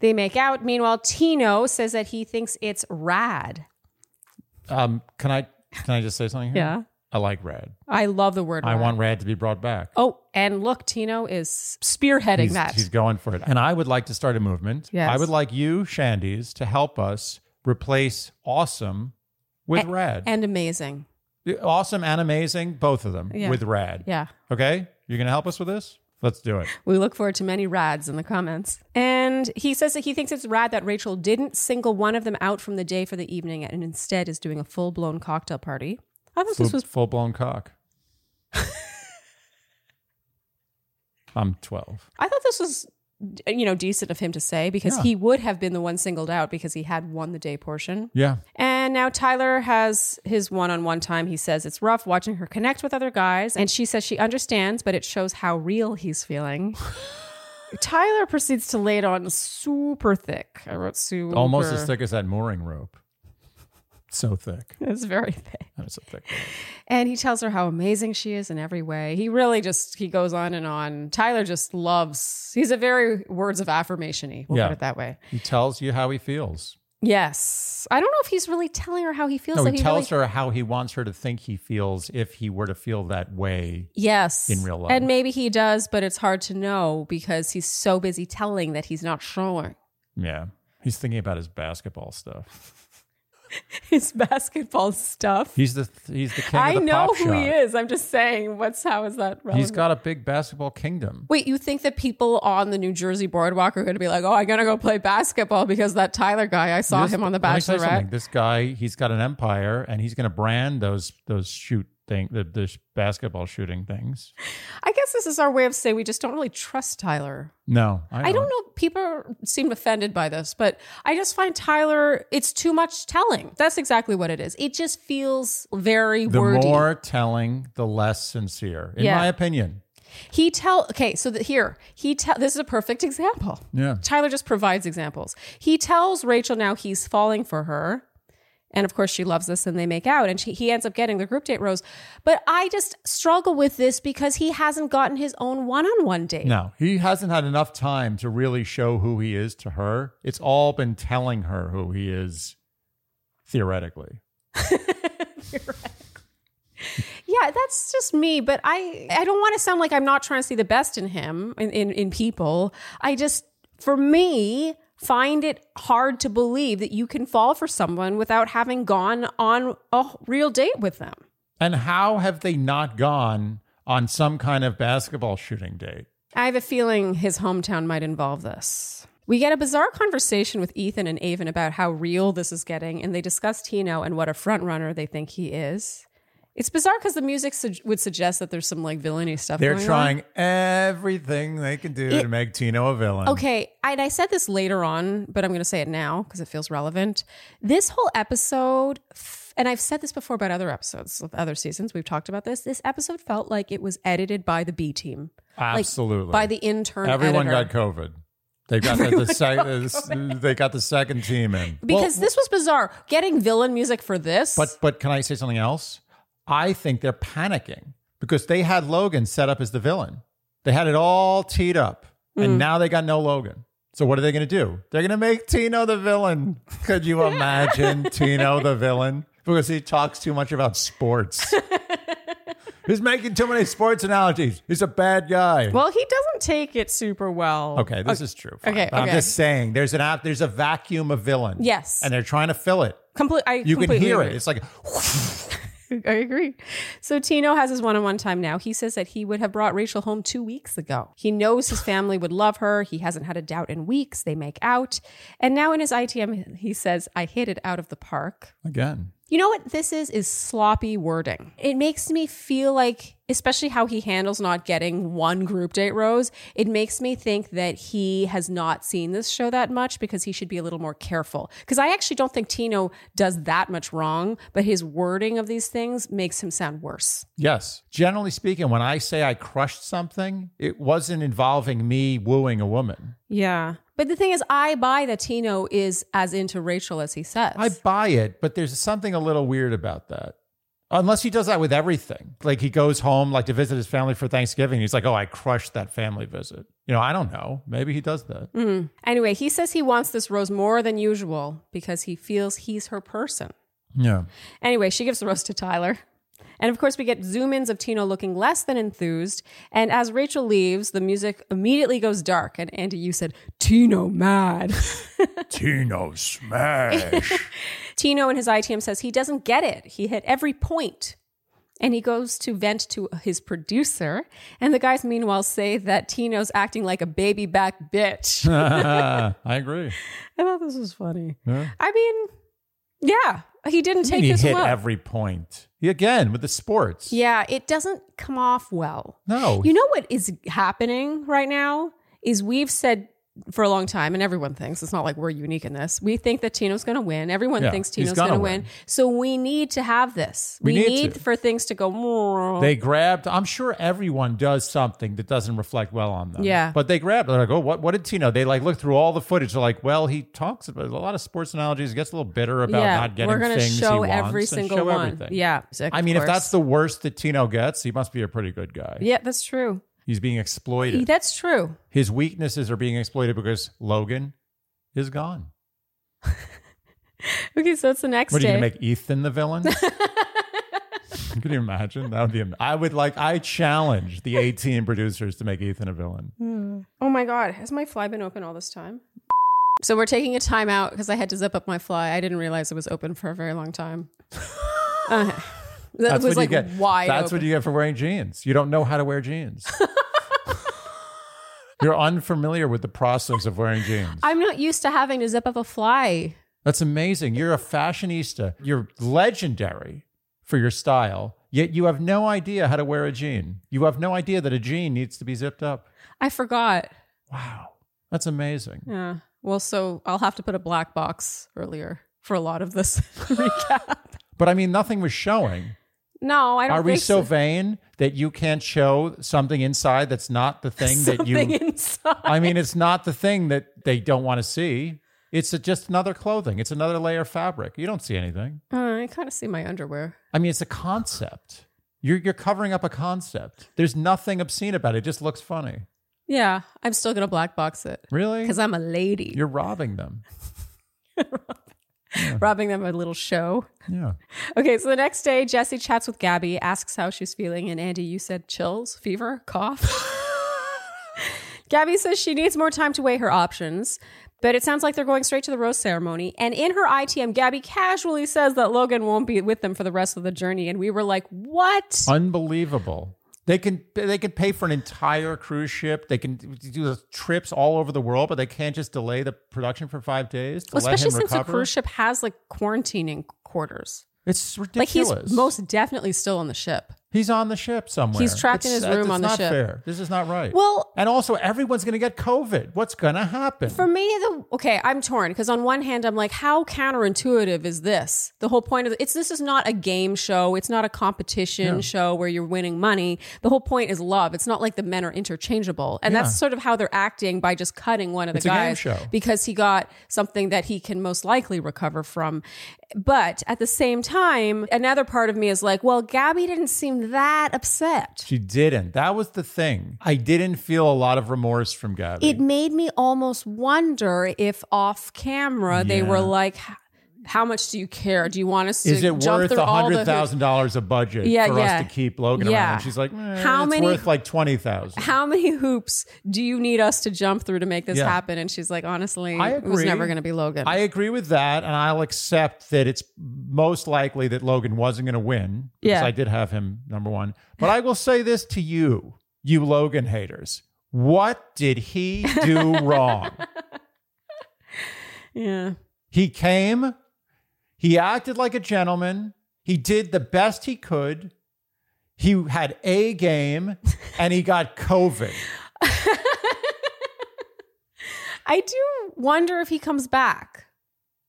[SPEAKER 1] They make out. Meanwhile, Tino says that he thinks it's rad.
[SPEAKER 2] Um, can I can I just say something? Here?
[SPEAKER 1] Yeah.
[SPEAKER 2] I like red.
[SPEAKER 1] I love the word
[SPEAKER 2] I
[SPEAKER 1] rad.
[SPEAKER 2] want red to be brought back.
[SPEAKER 1] Oh, and look, Tino is spearheading
[SPEAKER 2] he's,
[SPEAKER 1] that.
[SPEAKER 2] he's going for it. And I would like to start a movement.
[SPEAKER 1] Yes.
[SPEAKER 2] I would like you, Shandies, to help us replace awesome with rad.
[SPEAKER 1] and amazing.
[SPEAKER 2] awesome and amazing, both of them
[SPEAKER 1] Yeah.
[SPEAKER 2] with rad.
[SPEAKER 1] Yeah.
[SPEAKER 2] Okay? You're going to help us with this? Let's do it.
[SPEAKER 1] We look forward to many rads in the comments. And he says that he thinks it's rad that Rachel didn't single one of them out from the day for the evening and instead is doing a full blown cocktail party. I thought
[SPEAKER 2] Full,
[SPEAKER 1] this was
[SPEAKER 2] blown cock. I'm 12.
[SPEAKER 1] I thought this was d- you know decent of him to say because
[SPEAKER 2] Yeah.
[SPEAKER 1] he would have been the one singled out because he had won the day portion.
[SPEAKER 2] Yeah.
[SPEAKER 1] And now Tyler has his one on one time. He says it's rough watching her connect with other guys. And she says she understands, but it shows how real he's feeling. Tyler proceeds to lay it on super thick. I wrote super.
[SPEAKER 2] Almost as thick as that mooring rope. So thick.
[SPEAKER 1] It's very thick.
[SPEAKER 2] That is a thick.
[SPEAKER 1] And he tells her how amazing she is in every way. He really just, he goes on and on. Tyler just loves, he's a very words of affirmation y. We'll
[SPEAKER 2] Yeah.
[SPEAKER 1] put it that way.
[SPEAKER 2] He tells you how he feels.
[SPEAKER 1] Yes. I don't know if he's really telling her how he feels.
[SPEAKER 2] No,
[SPEAKER 1] like
[SPEAKER 2] he tells her how he wants her to think he feels if he were to feel that way.
[SPEAKER 1] Yes.
[SPEAKER 2] in real life.
[SPEAKER 1] And maybe he does, but it's hard to know because he's so busy telling that he's not showing
[SPEAKER 2] Yeah. He's thinking about his basketball stuff.
[SPEAKER 1] his basketball stuff.
[SPEAKER 2] He's the he's the king.
[SPEAKER 1] I
[SPEAKER 2] of the
[SPEAKER 1] know
[SPEAKER 2] pop
[SPEAKER 1] who
[SPEAKER 2] shot.
[SPEAKER 1] he is. I'm just saying, what's how is that relevant?
[SPEAKER 2] He's got a big basketball kingdom.
[SPEAKER 1] Wait, you think that people on the New Jersey boardwalk are going to be like, oh, I'm going to go play basketball because that Tyler guy, I saw
[SPEAKER 2] This-
[SPEAKER 1] him on The
[SPEAKER 2] let me tell you something.
[SPEAKER 1] Bachelorette.
[SPEAKER 2] This guy, he's got an empire, and he's going to brand those those shoot thing, the, the sh- basketball shooting things.
[SPEAKER 1] I guess this is our way of saying we just don't really trust Tyler.
[SPEAKER 2] No, I don't,
[SPEAKER 1] I don't know. People seem offended by this, but I just find Tyler, it's too much telling. That's exactly what it is. It just feels very
[SPEAKER 2] The
[SPEAKER 1] wordy.
[SPEAKER 2] more telling, the less sincere, in
[SPEAKER 1] Yeah.
[SPEAKER 2] my opinion.
[SPEAKER 1] He tell okay, so that here he tell this is a perfect example.
[SPEAKER 2] Yeah.
[SPEAKER 1] Tyler just provides examples. He tells Rachel now he's falling for her. And of course, she loves this and they make out, and she, he ends up getting the group date rose. But I just struggle with this because he hasn't gotten his own one on one date.
[SPEAKER 2] No, he hasn't had enough time to really show who he is to her. It's all been telling her who he is, theoretically.
[SPEAKER 1] Yeah, that's just me. But I, I don't want to sound like I'm not trying to see the best in him, in, in, in people. I just, for me, find it hard to believe that you can fall for someone without having gone on a real date with them.
[SPEAKER 2] And how have they not gone on some kind of basketball shooting date?
[SPEAKER 1] I have a feeling his hometown might involve this. We get a bizarre conversation with Ethan and Avon about how real this is getting, and they discuss Tino and what a front runner they think he is. It's bizarre because the music su- would suggest that there's some like villainy stuff.
[SPEAKER 2] They're
[SPEAKER 1] going on.
[SPEAKER 2] trying everything they can do to make Tino a villain.
[SPEAKER 1] Okay, and I said this later on, but I'm going to say it now because it feels relevant. This whole episode, f- and I've said this before about other episodes of other seasons, we've talked about this. This episode felt like it was edited by the B team, Like,
[SPEAKER 2] Absolutely.
[SPEAKER 1] by the intern.
[SPEAKER 2] Everyone
[SPEAKER 1] editor.
[SPEAKER 2] got COVID. They got the, the sec- uh, they got the second team in.
[SPEAKER 1] because
[SPEAKER 2] Well,
[SPEAKER 1] this was bizarre. Getting villain music for this,
[SPEAKER 2] But but can I say something else? I think they're panicking because they had Logan set up as the villain. They had it all teed up,
[SPEAKER 1] Mm.
[SPEAKER 2] and now they got no Logan. So what are they going to do? They're going to make Tino the villain. Could you imagine Tino the villain because he talks too much about sports? He's making too many sports analogies. He's a bad guy.
[SPEAKER 1] well, he doesn't take it super well.
[SPEAKER 2] okay, this is true. Fine.
[SPEAKER 1] okay,
[SPEAKER 2] But I'm
[SPEAKER 1] okay.
[SPEAKER 2] just saying there's an app, there's a vacuum of villain.
[SPEAKER 1] Yes.
[SPEAKER 2] and they're trying to fill it.
[SPEAKER 1] Comple- I
[SPEAKER 2] You can
[SPEAKER 1] completely
[SPEAKER 2] hear
[SPEAKER 1] agree.
[SPEAKER 2] it. It's like
[SPEAKER 1] I agree. So Tino has his one-on-one time now. He says that he would have brought Rachel home two weeks ago. He knows his family would love her. He hasn't had a doubt in weeks. They make out, and now in his ITM, he says, "I hit it out of the park."
[SPEAKER 2] Again.
[SPEAKER 1] You know what this is? Is sloppy wording. It makes me feel like, especially how he handles not getting one group date rose, it makes me think that he has not seen this show that much because he should be a little more careful. Because I actually don't think Tino does that much wrong, but his wording of these things makes him sound worse.
[SPEAKER 2] Yes. Generally speaking, when I say I crushed something, it wasn't involving me wooing a woman.
[SPEAKER 1] Yeah. But the thing is, I buy that Tino is as into Rachel as he says.
[SPEAKER 2] I buy it, but there's something a little weird about that. Unless he does that with everything. Like he goes home like to visit his family for Thanksgiving. He's like, "Oh, I crushed that family visit." You know, I don't know. Maybe he does that.
[SPEAKER 1] Mm. anyway, he says he wants this rose more than usual because he feels he's her person.
[SPEAKER 2] Yeah.
[SPEAKER 1] Anyway, she gives the rose to Tyler. And of course, we get zoom ins of Tino looking less than enthused. And as Rachel leaves, the music immediately goes dark. And Andy, you said, Tino mad.
[SPEAKER 3] Tino smash.
[SPEAKER 1] Tino in his ITM says he doesn't get it. He hit every point. And he goes to vent to his producer. And the guys, meanwhile, say that Tino's acting like a baby back bitch.
[SPEAKER 2] I agree.
[SPEAKER 1] I thought this was funny. I mean, yeah, he didn't
[SPEAKER 2] I mean,
[SPEAKER 1] take
[SPEAKER 2] he
[SPEAKER 1] this
[SPEAKER 2] hit
[SPEAKER 1] well.
[SPEAKER 2] every point. Again, with the sports.
[SPEAKER 1] yeah, it doesn't come off well.
[SPEAKER 2] No.
[SPEAKER 1] You know what is happening right now is we've said for a long time, and everyone thinks it's not like we're unique in this. We think that Tino's going to win. Everyone
[SPEAKER 2] Yeah,
[SPEAKER 1] thinks
[SPEAKER 2] he's
[SPEAKER 1] Tino's
[SPEAKER 2] gonna
[SPEAKER 1] going to win.
[SPEAKER 2] win.
[SPEAKER 1] So we need to have this.
[SPEAKER 2] We need to.
[SPEAKER 1] for things to go more.
[SPEAKER 2] They grabbed. I'm sure everyone does something that doesn't reflect well on them.
[SPEAKER 1] Yeah.
[SPEAKER 2] But they grabbed. They're like, oh, what? What did Tino? They like look through all the footage. They're like, well, he talks about a lot of sports analogies. Gets a little bitter about
[SPEAKER 1] yeah,
[SPEAKER 2] not getting
[SPEAKER 1] we're gonna
[SPEAKER 2] things
[SPEAKER 1] show
[SPEAKER 2] he wants
[SPEAKER 1] every
[SPEAKER 2] and
[SPEAKER 1] single
[SPEAKER 2] show
[SPEAKER 1] one.
[SPEAKER 2] Everything.
[SPEAKER 1] Yeah,
[SPEAKER 2] I mean, if that's the worst that Tino gets, he must be a pretty good guy.
[SPEAKER 1] yeah, that's true.
[SPEAKER 2] He's being exploited.
[SPEAKER 1] That's true.
[SPEAKER 2] His weaknesses are being exploited because Logan is gone.
[SPEAKER 1] Okay, so it's the next
[SPEAKER 2] What are you
[SPEAKER 1] day.
[SPEAKER 2] gonna make Ethan the villain? Can you imagine? That would be. am- I would like. I challenge the 18 producers to make Ethan a villain.
[SPEAKER 1] Oh my God, has my fly been open all this time? So we're taking a time out because I had to zip up my fly. I didn't realize it was open for a very long time. Okay. That
[SPEAKER 2] That's
[SPEAKER 1] was
[SPEAKER 2] what
[SPEAKER 1] like
[SPEAKER 2] you get.
[SPEAKER 1] wide
[SPEAKER 2] That's
[SPEAKER 1] open.
[SPEAKER 2] what you get for wearing jeans. You don't know how to wear jeans. You're unfamiliar with the process of wearing jeans.
[SPEAKER 1] I'm not used to having to zip up a fly.
[SPEAKER 2] That's amazing. You're a fashionista. You're legendary for your style. Yet you have no idea how to wear a jean. You have no idea that a jean needs to be zipped up.
[SPEAKER 1] I forgot.
[SPEAKER 2] Wow. That's amazing.
[SPEAKER 1] Yeah. Well, so I'll have to put a black box earlier for a lot of this recap.
[SPEAKER 2] But I mean, nothing was showing.
[SPEAKER 1] No, I don't.
[SPEAKER 2] Are we
[SPEAKER 1] think
[SPEAKER 2] so vain that you can't show something inside that's not the thing that you
[SPEAKER 1] Something inside.
[SPEAKER 2] I mean, it's not the thing that they don't want to see. It's a, just another clothing. It's another layer of fabric. You don't see anything.
[SPEAKER 1] Uh, I kind of see my underwear.
[SPEAKER 2] I mean, it's a concept. You're, you're covering up a concept. There's nothing obscene about it. It just looks funny.
[SPEAKER 1] Yeah, I'm still gonna black box it
[SPEAKER 2] Really?
[SPEAKER 1] because I'm a lady,
[SPEAKER 2] You're robbing them.
[SPEAKER 1] robbing them of a little show.
[SPEAKER 2] Yeah.
[SPEAKER 1] Okay, so the next day, Jesse chats with Gabby, asks how she's feeling, and Andy, you said chills, fever, cough. Gabby says she needs more time to weigh her options, but it sounds like they're going straight to the rose ceremony. And in her ITM, Gabby casually says that Logan won't be with them for the rest of the journey. And we were like, what?
[SPEAKER 2] Unbelievable. They can they can pay for an entire cruise ship. They can do the trips all over the world, but they can't just delay the production for five days to
[SPEAKER 1] Well,
[SPEAKER 2] let him
[SPEAKER 1] especially since the
[SPEAKER 2] recover.
[SPEAKER 1] cruise ship has like quarantining quarters.
[SPEAKER 2] It's
[SPEAKER 1] Like
[SPEAKER 2] ridiculous.
[SPEAKER 1] he's most definitely still on the ship.
[SPEAKER 2] He's on the ship somewhere.
[SPEAKER 1] He's trapped in his room on the
[SPEAKER 2] not
[SPEAKER 1] ship.
[SPEAKER 2] Fair. This is not right.
[SPEAKER 1] Well-
[SPEAKER 2] and also everyone's going to get COVID. What's going to happen?
[SPEAKER 1] For me, the okay, I'm torn because on one hand, I'm like, how counterintuitive is this? The whole point of it's this is not a game show. It's not a competition show where you're winning money. The whole point is love. It's not like the men are interchangeable, and that's
[SPEAKER 2] Yeah.
[SPEAKER 1] sort of how they're acting by just cutting one of the
[SPEAKER 2] It's a game
[SPEAKER 1] guys
[SPEAKER 2] show.
[SPEAKER 1] because he got something that he can most likely recover from. But at the same time, another part of me is like, well, Gabby didn't seem that upset.
[SPEAKER 2] she didn't. That was the thing. I didn't feel a lot of remorse from Gabby.
[SPEAKER 1] it made me almost wonder if off camera they
[SPEAKER 2] Yeah.
[SPEAKER 1] were like how much do you care? Do you want us to
[SPEAKER 2] Is it
[SPEAKER 1] jump
[SPEAKER 2] worth
[SPEAKER 1] through
[SPEAKER 2] a
[SPEAKER 1] all the
[SPEAKER 2] hundred
[SPEAKER 1] hoops?
[SPEAKER 2] thousand dollars a budget
[SPEAKER 1] Yeah,
[SPEAKER 2] for
[SPEAKER 1] yeah.
[SPEAKER 2] us to keep Logan
[SPEAKER 1] Yeah.
[SPEAKER 2] around? And she's like,
[SPEAKER 1] How
[SPEAKER 2] how it's
[SPEAKER 1] many-
[SPEAKER 2] many? Worth like twenty thousand.
[SPEAKER 1] How many hoops do you need us to jump through to make this
[SPEAKER 2] Yeah.
[SPEAKER 1] happen? And she's like, honestly,
[SPEAKER 2] I
[SPEAKER 1] it was
[SPEAKER 2] agree.
[SPEAKER 1] never going to be Logan.
[SPEAKER 2] I agree with that, and I'll accept that it's most likely that Logan wasn't going to win. because
[SPEAKER 1] Yeah.
[SPEAKER 2] I did have him number one. But I will say this to you, you Logan haters: What did he do wrong?
[SPEAKER 1] yeah.
[SPEAKER 2] He came, he acted like a gentleman, he did the best he could, he had a game, and he got COVID.
[SPEAKER 1] I do wonder if he comes back.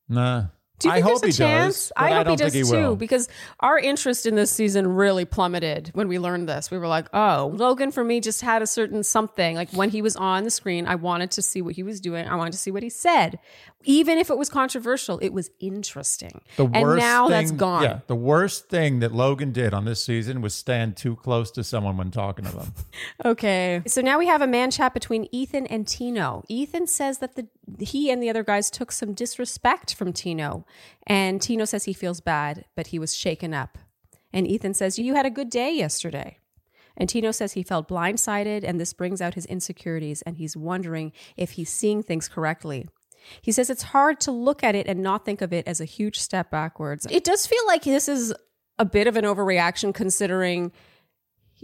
[SPEAKER 2] Nah.
[SPEAKER 1] Do
[SPEAKER 2] I
[SPEAKER 1] you think
[SPEAKER 2] hope
[SPEAKER 1] there's a
[SPEAKER 2] he
[SPEAKER 1] chance?
[SPEAKER 2] does.
[SPEAKER 1] I
[SPEAKER 2] but
[SPEAKER 1] hope
[SPEAKER 2] I don't
[SPEAKER 1] he does
[SPEAKER 2] think he
[SPEAKER 1] too,
[SPEAKER 2] will.
[SPEAKER 1] because our interest in this season really plummeted when we learned this. We were like, oh, Logan for me just had a certain something. Like when he was on the screen, I wanted to see what he was doing. I wanted to see what he said. Even if it was controversial, it was interesting.
[SPEAKER 2] The
[SPEAKER 1] and
[SPEAKER 2] worst
[SPEAKER 1] now that's
[SPEAKER 2] thing-
[SPEAKER 1] gone.
[SPEAKER 2] Yeah, the worst thing that Logan did on this season was stand too close to someone when talking to them.
[SPEAKER 1] Okay. So now we have a man chat between Ethan and Tino. Ethan says that the he and the other guys took some disrespect from Tino, and Tino says he feels bad, but he was shaken up. And Ethan says, "You had a good day yesterday." And Tino says he felt blindsided, and this brings out his insecurities, and he's wondering if he's seeing things correctly. He says it's hard to look at it and not think of it as a huge step backwards. It does feel like this is a bit of an overreaction considering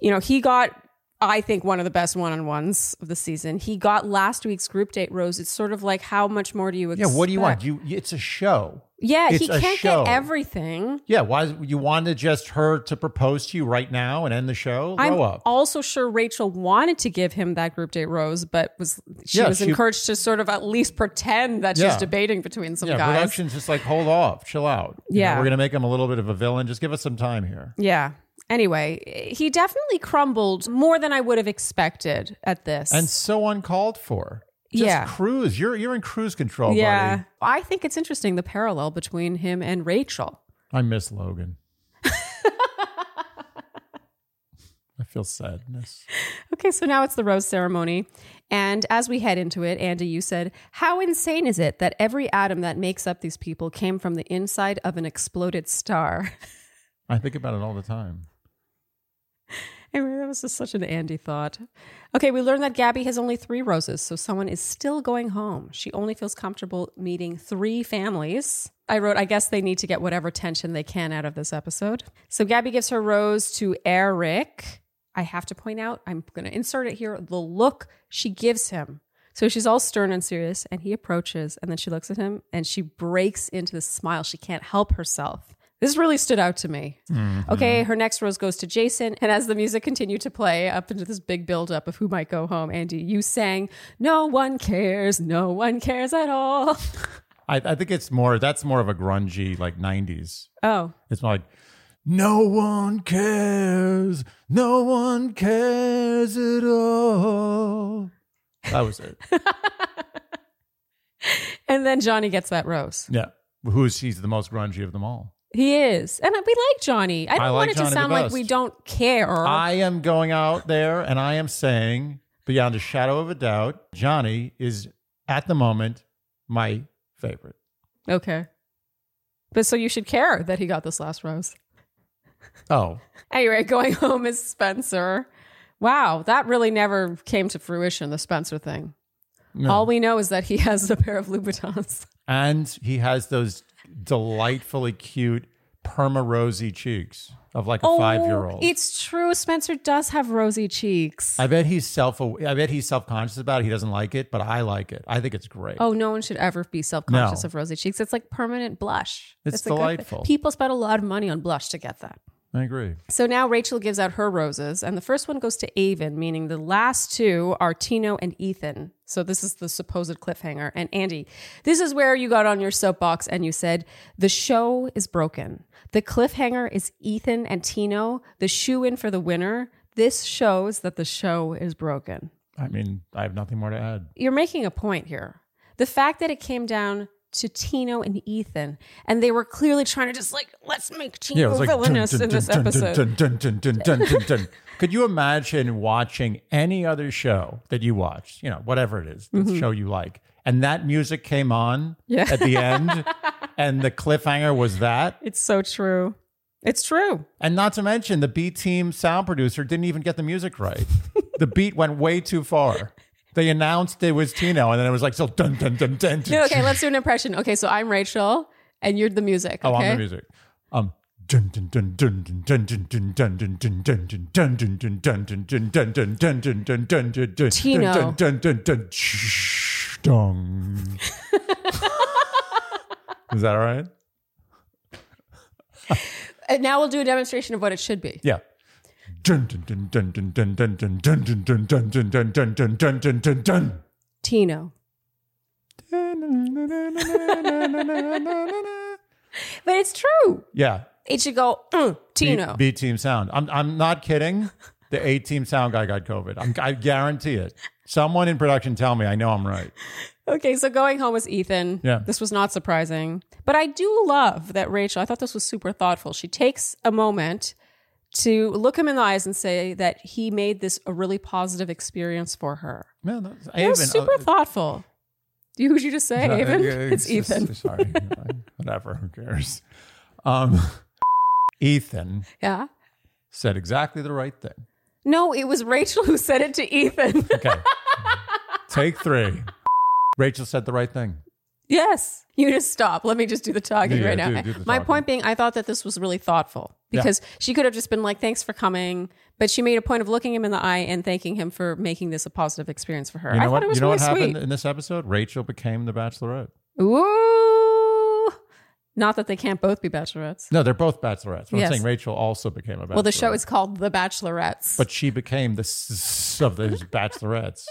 [SPEAKER 1] you know, he got, I think, one of the best one on ones of the season. He got last week's group date rose. It's sort of like, how much more do you
[SPEAKER 2] yeah,
[SPEAKER 1] expect?
[SPEAKER 2] what do you want? You, it's a show.
[SPEAKER 1] yeah,
[SPEAKER 2] It's
[SPEAKER 1] he
[SPEAKER 2] a
[SPEAKER 1] can't
[SPEAKER 2] show.
[SPEAKER 1] get everything.
[SPEAKER 2] Yeah, why you wanted just her to propose to you right now and end the show?
[SPEAKER 1] I'm
[SPEAKER 2] Grow up.
[SPEAKER 1] also sure Rachel wanted to give him that group date rose, but was she
[SPEAKER 2] Yeah,
[SPEAKER 1] was
[SPEAKER 2] she-
[SPEAKER 1] encouraged to sort of at least pretend that she's
[SPEAKER 2] Yeah.
[SPEAKER 1] debating between some
[SPEAKER 2] yeah,
[SPEAKER 1] guys.
[SPEAKER 2] production's just like hold off, chill out. You know,
[SPEAKER 1] Yeah.
[SPEAKER 2] we're gonna make him a little bit of a villain. Just give us some time here.
[SPEAKER 1] Yeah. Anyway, he definitely crumbled more than I would have expected at this.
[SPEAKER 2] and so uncalled for. Just
[SPEAKER 1] Yeah.
[SPEAKER 2] cruise. You're you're in cruise control,
[SPEAKER 1] yeah,
[SPEAKER 2] buddy.
[SPEAKER 1] I think it's interesting the parallel between him and Rachel.
[SPEAKER 2] I miss Logan. I feel sadness.
[SPEAKER 1] Okay, so now it's the rose ceremony. And as we head into it, Andy, you said, How insane is it that every atom that makes up these people came from the inside of an exploded star?
[SPEAKER 2] I think about it all the time.
[SPEAKER 1] I mean, that was just such an Andy thought. Okay, we learned that Gabby has only three roses, so someone is still going home. She only feels comfortable meeting three families. I wrote, I guess they need to get whatever tension they can out of this episode. So Gabby gives her rose to Eric. I have to point out, I'm going to insert it here the look she gives him. So she's all stern and serious, and he approaches, and then she looks at him and she breaks into this smile. She can't help herself. This really stood out to me.
[SPEAKER 2] Mm-hmm.
[SPEAKER 1] Okay, her next rose goes to Jason. And as the music continued to play up into this big buildup of who might go home, Andy, you sang, No one cares, no one cares at all.
[SPEAKER 2] I, I think it's more that's more of a grungy like nineties.
[SPEAKER 1] Oh,
[SPEAKER 2] It's more like no one cares. No one cares at all. That was it.
[SPEAKER 1] and then Johnny gets that rose.
[SPEAKER 2] yeah. Who's he's the most grungy of them all.
[SPEAKER 1] He is. And we like Johnny. I don't
[SPEAKER 2] I like
[SPEAKER 1] want it
[SPEAKER 2] Johnny
[SPEAKER 1] to
[SPEAKER 2] the
[SPEAKER 1] sound like
[SPEAKER 2] best.
[SPEAKER 1] we don't care.
[SPEAKER 2] I am going out there and I am saying, beyond a shadow of a doubt, Johnny is at the moment my favorite.
[SPEAKER 1] okay. But so you should care that he got this last rose.
[SPEAKER 2] Oh,
[SPEAKER 1] Anyway, going home is Spencer. Wow, that really never came to fruition, the Spencer thing.
[SPEAKER 2] no.
[SPEAKER 1] All we know is that he has a pair of Louboutins.
[SPEAKER 2] and he has those delightfully cute perma rosy cheeks of like a
[SPEAKER 1] Oh,
[SPEAKER 2] 5 year old.
[SPEAKER 1] It's true. Spencer does have rosy cheeks.
[SPEAKER 2] I bet he's self. I bet he's self conscious about it. He doesn't like it, but I like it. I think it's great.
[SPEAKER 1] oh, no one should ever be self conscious
[SPEAKER 2] No.
[SPEAKER 1] of rosy cheeks. It's like permanent blush.
[SPEAKER 2] It's
[SPEAKER 1] a good thing.
[SPEAKER 2] delightful.
[SPEAKER 1] People spend a lot of money on blush to get that.
[SPEAKER 2] I agree.
[SPEAKER 1] So now Rachel gives out her roses, and the first one goes to Avon, meaning the last two are Tino and Ethan. So this is the supposed cliffhanger. And Andy, this is where you got on your soapbox and you said, The show is broken. The cliffhanger is Ethan and Tino, the shoe in for the winner. This shows that the show is broken.
[SPEAKER 2] I mean, I have nothing more to add.
[SPEAKER 1] You're making a point here. The fact that it came down to Tino and Ethan, and they were clearly trying to just like, let's make Tino villainous in this episode.
[SPEAKER 2] Could you imagine watching any other show that you watched? You know, whatever it is, the show you like, and that music came on
[SPEAKER 1] Mm-hmm. Yeah.
[SPEAKER 2] at the end, and the cliffhanger was that.
[SPEAKER 1] It's so true. It's true.
[SPEAKER 2] And not to mention, the B team sound producer didn't even get the music right. the beat went way too far. They announced it was Tino, and then it was like, so dun dun dun dun. dun
[SPEAKER 1] No, okay, let's do an impression. Okay, so I'm Rachel and you're the music.
[SPEAKER 2] Oh,
[SPEAKER 1] Okay?
[SPEAKER 2] I'm the music. Um,
[SPEAKER 3] Dun dun dun dun dun dun dun dun dun dun dun dun dun dun dun dun dun dun dun dun dun dun dun dun dun dun
[SPEAKER 1] Tino.
[SPEAKER 3] dun dun dun dun shh, dong.
[SPEAKER 2] is that all right?
[SPEAKER 1] And now we'll do a demonstration of what it should be.
[SPEAKER 2] Yeah.
[SPEAKER 3] Dun dun dun dun dun dun dun dun dun dun dun dun dun dun dun dun dun dun dun dun.
[SPEAKER 1] Tino. But it's true.
[SPEAKER 2] Yeah.
[SPEAKER 1] It should go mm,
[SPEAKER 2] B-
[SPEAKER 1] Tino.
[SPEAKER 2] B, team sound. I'm, I'm not kidding. The A team sound guy got COVID. I'm, I guarantee it. Someone in production tell me I know I'm right.
[SPEAKER 1] Okay, so going home was Ethan.
[SPEAKER 2] Yeah.
[SPEAKER 1] This was not surprising. But I do love that Rachel, I thought this was super thoughtful. She takes a moment to look him in the eyes and say that he made this a really positive experience for her.
[SPEAKER 2] Man, that's
[SPEAKER 1] It was
[SPEAKER 2] Avon,
[SPEAKER 1] super
[SPEAKER 2] uh,
[SPEAKER 1] thoughtful. You would you just say,
[SPEAKER 2] uh,
[SPEAKER 1] Avon?
[SPEAKER 2] yeah,
[SPEAKER 1] It's,
[SPEAKER 2] just-
[SPEAKER 1] Ethan.
[SPEAKER 2] sorry. Whatever. Who cares? Um, Ethan
[SPEAKER 1] yeah.
[SPEAKER 2] said exactly the right thing.
[SPEAKER 1] No, it was Rachel who said it to Ethan.
[SPEAKER 2] Okay. Take three. Rachel said the right thing.
[SPEAKER 1] Yes. You just stop. Let me just do the talking
[SPEAKER 2] Yeah,
[SPEAKER 1] right
[SPEAKER 2] yeah,
[SPEAKER 1] now.
[SPEAKER 2] do- do the
[SPEAKER 1] My
[SPEAKER 2] talking.
[SPEAKER 1] point being, I thought that this was really thoughtful
[SPEAKER 2] Yeah.
[SPEAKER 1] because she could have just been like, thanks for coming. But she made a point of looking him in the eye and thanking him for making this a positive experience for her.
[SPEAKER 2] You know
[SPEAKER 1] I
[SPEAKER 2] what?
[SPEAKER 1] thought it was
[SPEAKER 2] you know what
[SPEAKER 1] really
[SPEAKER 2] happened
[SPEAKER 1] sweet.
[SPEAKER 2] in this episode? Rachel became the Bachelorette.
[SPEAKER 1] Ooh. Not that they can't both be bachelorettes.
[SPEAKER 2] No, they're both Bachelorettes. But
[SPEAKER 1] Yes.
[SPEAKER 2] I'm saying Rachel also became a Bachelorette.
[SPEAKER 1] Well, the show is called The Bachelorettes.
[SPEAKER 2] But she became the s- of those Bachelorettes.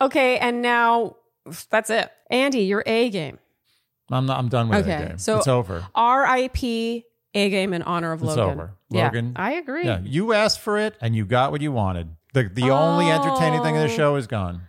[SPEAKER 1] okay, and now that's it. Andy, your A game.
[SPEAKER 2] I'm not. I'm done with
[SPEAKER 1] Okay,
[SPEAKER 2] that game.
[SPEAKER 1] so-
[SPEAKER 2] it's over.
[SPEAKER 1] R.I.P. A game in honor of
[SPEAKER 2] It's
[SPEAKER 1] Logan.
[SPEAKER 2] over.
[SPEAKER 1] Yeah,
[SPEAKER 2] Logan-
[SPEAKER 1] I agree.
[SPEAKER 2] Yeah, you asked for it and you got what you wanted. The the only entertaining thing in the
[SPEAKER 1] Oh.
[SPEAKER 2] show is gone.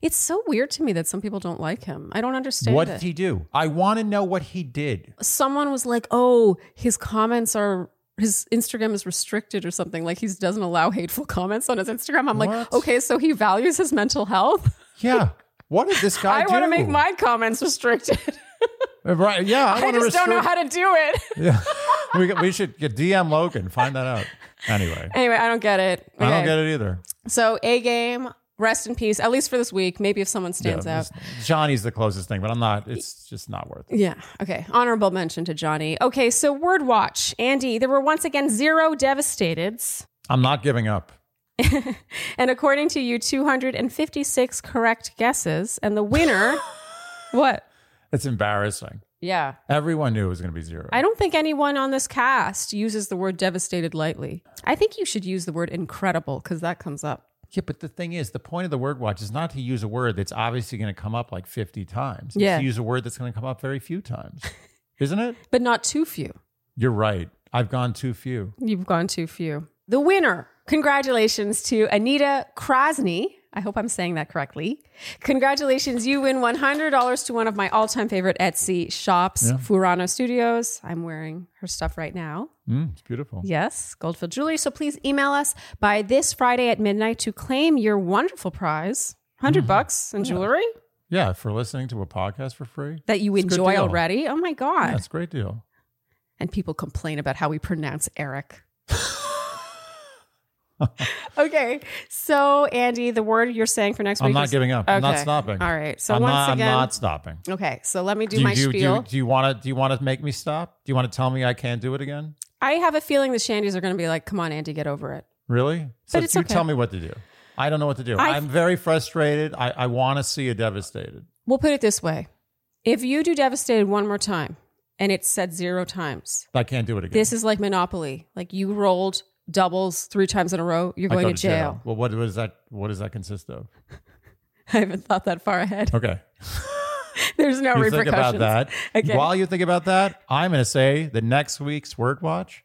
[SPEAKER 1] It's so weird to me that some people don't like him. I don't understand
[SPEAKER 2] What
[SPEAKER 1] it.
[SPEAKER 2] did he do? I want to know what he did.
[SPEAKER 1] someone was like, "Oh, his comments are his Instagram is restricted or something. Like he doesn't allow hateful comments on his Instagram." I'm like,
[SPEAKER 2] What?
[SPEAKER 1] "Okay, so he values his mental health.
[SPEAKER 2] Yeah. What did this guy
[SPEAKER 1] I,
[SPEAKER 2] do? Uh,
[SPEAKER 1] want to make my comments restricted.
[SPEAKER 2] right. Yeah, I,
[SPEAKER 1] I,
[SPEAKER 2] want
[SPEAKER 1] just
[SPEAKER 2] to
[SPEAKER 1] don't know how to do it."
[SPEAKER 2] Yeah. we we should get DM Logan. Find that out. Anyway,
[SPEAKER 1] anyway, I don't get it.
[SPEAKER 2] I don't
[SPEAKER 1] Okay.
[SPEAKER 2] get it either.
[SPEAKER 1] So a game. Rest in peace, at least for this week. Maybe if someone stands
[SPEAKER 2] Yeah,
[SPEAKER 1] out.
[SPEAKER 2] this- Johnny's the closest thing, but I'm not. It's just not worth it.
[SPEAKER 1] Yeah. Okay. Honorable mention to Johnny. Okay. So, word watch. Andy, there were once again zero devastateds.
[SPEAKER 2] I'm not giving up.
[SPEAKER 1] And according to you, 256 correct guesses. And the winner, what?
[SPEAKER 2] It's embarrassing.
[SPEAKER 1] Yeah.
[SPEAKER 2] Everyone knew it was going to be zero.
[SPEAKER 1] I don't think anyone on this cast uses the word devastated lightly. I think you should use the word incredible because that comes up.
[SPEAKER 2] Yeah, but the thing is, the point of the word watch is not to use a word that's obviously going to come up like 50 times. It's
[SPEAKER 1] Yeah.
[SPEAKER 2] to use a word that's going to come up very few times. Isn't it?
[SPEAKER 1] But not too few.
[SPEAKER 2] You're right. I've gone too few.
[SPEAKER 1] You've gone too few. The winner. Congratulations to Anita Krasny. I hope I'm saying that correctly. Congratulations. You win $100 to one of my all time favorite Etsy shops, Furano Studios. I'm wearing her stuff right now.
[SPEAKER 2] Mm, it's beautiful.
[SPEAKER 1] Yes, Goldfield Jewelry. So please email us by this Friday at midnight to claim your wonderful prize. 100
[SPEAKER 2] Mm-hmm.
[SPEAKER 1] bucks in jewelry
[SPEAKER 2] Yeah, for listening to a podcast for free.
[SPEAKER 1] that you
[SPEAKER 2] It's a good
[SPEAKER 1] enjoy
[SPEAKER 2] deal.
[SPEAKER 1] already. Oh my God.
[SPEAKER 2] Yeah, it's a great deal.
[SPEAKER 1] And people complain about how we pronounce Eric. okay. So, Andy, the word you're saying for next
[SPEAKER 2] I'm
[SPEAKER 1] week
[SPEAKER 2] not
[SPEAKER 1] is-
[SPEAKER 2] giving up. I'm not
[SPEAKER 1] Okay.
[SPEAKER 2] stopping.
[SPEAKER 1] All right. So,
[SPEAKER 2] I'm
[SPEAKER 1] once
[SPEAKER 2] not,
[SPEAKER 1] again.
[SPEAKER 2] I'm not stopping.
[SPEAKER 1] okay. So, let me do,
[SPEAKER 2] you,
[SPEAKER 1] my
[SPEAKER 2] do, you- do
[SPEAKER 1] spiel.
[SPEAKER 2] you- do you want to? Do you want to make me stop? Do you want to tell me I can't do it again?
[SPEAKER 1] I have a feeling the Shandys are going to be like, come on, Andy, get over it.
[SPEAKER 2] Really? So
[SPEAKER 1] But it's
[SPEAKER 2] you
[SPEAKER 1] okay.
[SPEAKER 2] tell me what to do. I don't know what to do.
[SPEAKER 1] I-
[SPEAKER 2] i am very frustrated. I, I want to see you devastated.
[SPEAKER 1] We'll put it this way if you do devastated one more time and it's said zero times,
[SPEAKER 2] I can't do it again.
[SPEAKER 1] This is like Monopoly. Like you rolled doubles three times in a row, you're
[SPEAKER 2] I
[SPEAKER 1] going
[SPEAKER 2] go
[SPEAKER 1] to jail.
[SPEAKER 2] Well, what, what is that? What does that consist of?
[SPEAKER 1] I haven't thought that far ahead.
[SPEAKER 2] Okay,
[SPEAKER 1] There's no
[SPEAKER 2] you think
[SPEAKER 1] repercussions.
[SPEAKER 2] about that.
[SPEAKER 1] Okay.
[SPEAKER 2] While you think about that, I'm going to say the next week's word watch.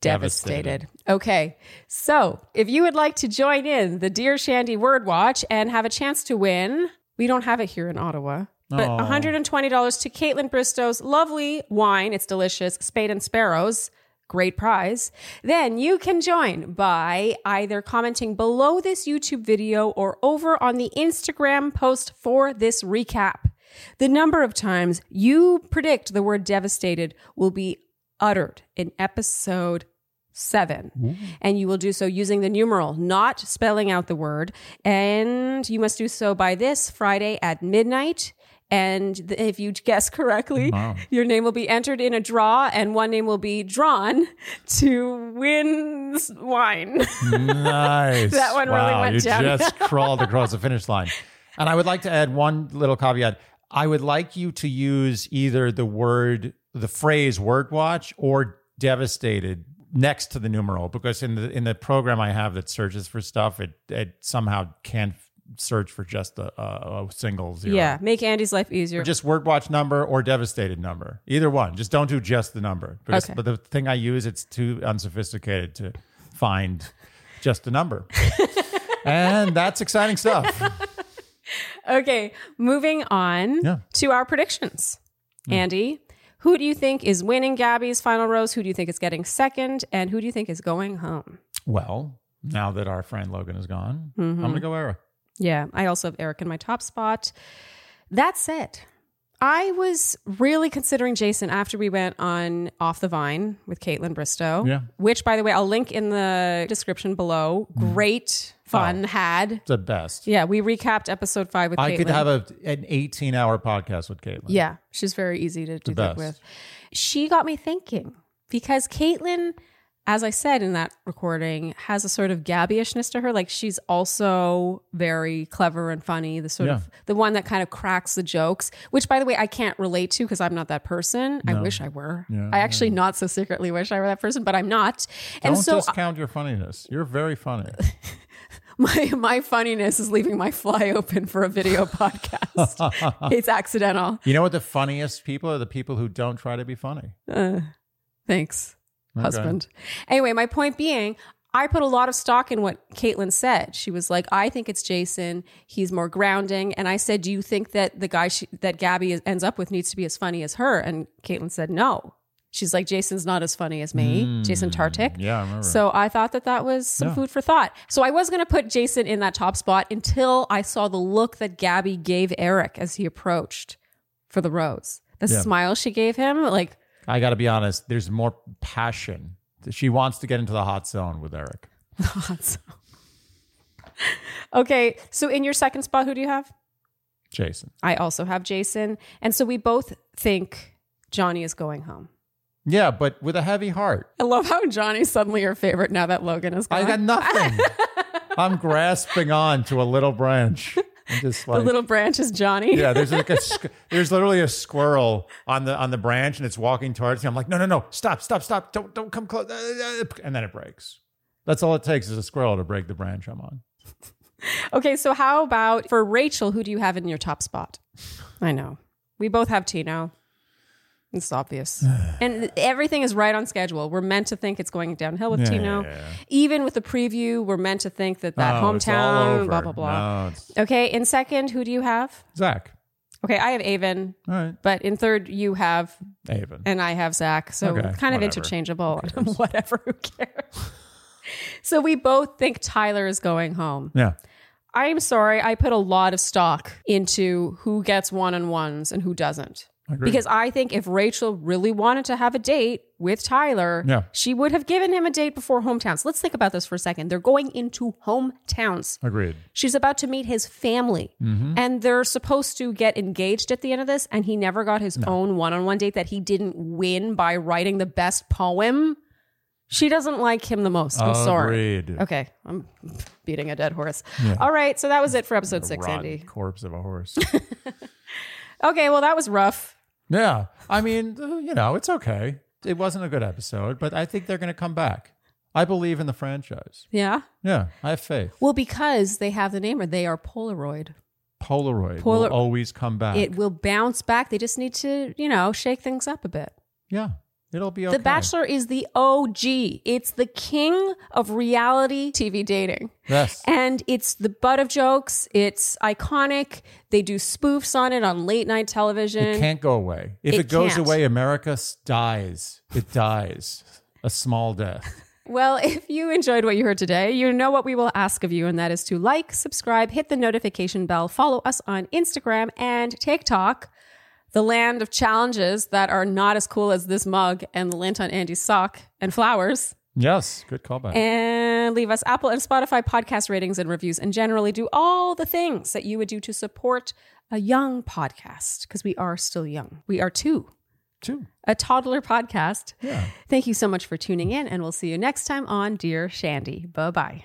[SPEAKER 1] Devastated. Okay. So if you would like to join in the Dear Shandy Word Watch and have a chance to win, we don't have it here in Ottawa. But
[SPEAKER 2] Oh.
[SPEAKER 1] $120 to Caitlin Bristow's lovely wine. It's delicious. Spade and Sparrows. Great prize. Then you can join by either commenting below this YouTube video or over on the Instagram post for this recap. The number of times you predict the word devastated will be uttered in episode seven.
[SPEAKER 2] Mm-hmm.
[SPEAKER 1] And you will do so using the numeral, not spelling out the word. And you must do so by this Friday at midnight. And th- if you guess correctly, your name will be entered in a draw, and one name will be drawn to win s- wine.
[SPEAKER 2] Nice.
[SPEAKER 1] That one really
[SPEAKER 2] Wow,
[SPEAKER 1] went
[SPEAKER 2] you
[SPEAKER 1] down.
[SPEAKER 2] just crawled across the finish line. And I would like to add one little caveat. I would like you to use either the word, the phrase "word watch" or "devastated" next to the numeral, because in the in the program I have that searches for stuff, it it somehow can't search for just a, a, a single zero.
[SPEAKER 1] yeah, make Andy's life easier.
[SPEAKER 2] Or just word watch number or devastated number. Either one. Just don't do just the number. Because,
[SPEAKER 1] Okay.
[SPEAKER 2] But the thing I use, it's too unsophisticated to find just the number. and that's exciting stuff.
[SPEAKER 1] okay, moving on
[SPEAKER 2] Yeah.
[SPEAKER 1] to our predictions. Andy, who do you think is winning Gabby's final rose? Who do you think is getting second? And who do you think is going home?
[SPEAKER 2] Well, now that our friend Logan is gone, I'm
[SPEAKER 1] Mm-hmm.
[SPEAKER 2] going to go Eric.
[SPEAKER 1] Yeah, I also have Eric in my top spot. That said, I was really considering Jason after we went on Off the Vine with Caitlin Bristow.
[SPEAKER 2] Yeah.
[SPEAKER 1] Which, by the way, I'll link in the description below.
[SPEAKER 2] Mm-hmm.
[SPEAKER 1] Great fun had.
[SPEAKER 2] The best.
[SPEAKER 1] Yeah, we recapped episode five with
[SPEAKER 2] I
[SPEAKER 1] Caitlin.
[SPEAKER 2] could have a, an 18 hour podcast with Caitlin.
[SPEAKER 1] Yeah, she's very easy to do that
[SPEAKER 2] best.
[SPEAKER 1] with. She got me thinking because Caitlyn, as I said in that recording, has a sort of gabbyishness to her. Like she's also very clever and funny, the sort of the one that kind of cracks the jokes. Which, by the way, I can't relate to because I'm not that person. I wish I were. I actually not so secretly wish I were that person, but I'm not.
[SPEAKER 2] Don't
[SPEAKER 1] and so
[SPEAKER 2] discount your funniness. You're very funny.
[SPEAKER 1] my my funniness is leaving my fly open for a video podcast. it's accidental.
[SPEAKER 2] you know what the funniest people are? The people who don't try to be funny.
[SPEAKER 1] Uh, Thanks, husband. Anyway, my point being, I put a lot of stock in what Caitlin said. She was like, "I think it's Jason. He's more grounding." And I said, "Do you think that the guy she, that Gabby is, ends up with needs to be as funny as her?" And Caitlin said, "No." She's like, "Jason's not as funny as me, Jason Tartik."
[SPEAKER 2] Hmm. Yeah, I remember.
[SPEAKER 1] So I thought that that was some food for thought. So I was going to put Jason in that top spot until I saw the look that Gabby gave Eric as he approached for the rose. The
[SPEAKER 2] Yeah.
[SPEAKER 1] smile she gave him, like
[SPEAKER 2] I got to be honest. There's more passion. She wants to get into the hot zone with Eric.
[SPEAKER 1] Lots. okay, so in your second spot, who do you have?
[SPEAKER 2] Jason.
[SPEAKER 1] I also have Jason. And so we both think Johnny is going home.
[SPEAKER 2] Yeah, but with a heavy heart.
[SPEAKER 1] I love how Johnny's suddenly your favorite now that Logan is gone.
[SPEAKER 2] I got nothing. I'm grasping on to a little branch. I'm just
[SPEAKER 1] the
[SPEAKER 2] like
[SPEAKER 1] little branch is Johnny.
[SPEAKER 2] yeah. There's like a squ- there's literally a squirrel on the on the branch and it's walking towards me. I'm like no no no stop stop stop don't don't come close Uh, uh, uh, and then it breaks. That's all it takes is a squirrel to break the branch I'm on.
[SPEAKER 1] Okay, so how about for Rachel, who do you have in your top spot? I know. We both have Tino. It's obvious. and everything is right on schedule. We're meant to think it's going downhill with Tino. Even with the preview, we're meant to think that that
[SPEAKER 2] No, Oh, it's all
[SPEAKER 1] hometown,
[SPEAKER 2] over.
[SPEAKER 1] blah, blah, blah.
[SPEAKER 2] No, it's-
[SPEAKER 1] Okay, in second, who do you have?
[SPEAKER 2] Zach.
[SPEAKER 1] Okay, I have Avon,
[SPEAKER 2] All right,
[SPEAKER 1] but in third, you have,
[SPEAKER 2] Avon.
[SPEAKER 1] and I have Zach. So
[SPEAKER 2] Okay,
[SPEAKER 1] kind of
[SPEAKER 2] whatever.
[SPEAKER 1] interchangeable. whatever, who cares? so we both think Tyler is going home.
[SPEAKER 2] yeah.
[SPEAKER 1] I'm sorry, I put a lot of stock into who gets one on ones and who doesn't.
[SPEAKER 2] agree.
[SPEAKER 1] Because I think if Rachel really wanted to have a date with Tyler,
[SPEAKER 2] Yeah.
[SPEAKER 1] she would have given him a date before hometowns. Let's think about this for a second. They're going into hometowns.
[SPEAKER 2] Agreed.
[SPEAKER 1] She's about to meet his family, and they're supposed to get engaged at the end of this. And he never got his own one on one date that he didn't win by writing the best poem. She doesn't like him the most. I'm sorry.
[SPEAKER 2] Agreed.
[SPEAKER 1] Okay, I'm beating a dead horse. All right, so that was it for episode six,
[SPEAKER 2] Rotten
[SPEAKER 1] Andy.
[SPEAKER 2] corpse of a horse.
[SPEAKER 1] Okay, well, that was rough.
[SPEAKER 2] Yeah. I mean, uh, you know, it's okay. It wasn't a good episode, but I think they're going to come back. I believe in the franchise.
[SPEAKER 1] Yeah.
[SPEAKER 2] Yeah. I have faith.
[SPEAKER 1] Well, because they have the name or they are Polaroid.
[SPEAKER 2] Polaroid
[SPEAKER 1] Polar-
[SPEAKER 2] will always come back.
[SPEAKER 1] It will bounce back. They just need to, you know, shake things up a bit.
[SPEAKER 2] yeah. It'll be okay.
[SPEAKER 1] The Bachelor is the OG. It's the king of reality TV dating.
[SPEAKER 2] Yes.
[SPEAKER 1] And it's the butt of jokes. It's iconic. They do spoofs on it on late night television.
[SPEAKER 2] It can't go away. If
[SPEAKER 1] It
[SPEAKER 2] it, goes
[SPEAKER 1] can't.
[SPEAKER 2] away, America s- dies. It dies. A small death.
[SPEAKER 1] Well, if you enjoyed what you heard today, you know what we will ask of you, and that is to like, subscribe, hit the notification bell, follow us on Instagram and TikTok, the land of challenges that are not as cool as this mug and the lint on Andy's sock and flowers.
[SPEAKER 2] Yes, good callback.
[SPEAKER 1] And leave us Apple and Spotify podcast ratings and reviews, and generally do all the things that you would do to support a young podcast because we are still young. We are two,
[SPEAKER 2] Two.
[SPEAKER 1] a toddler podcast. Thank you so much for tuning in, and we'll see you next time on Dear Shandy. Bye bye.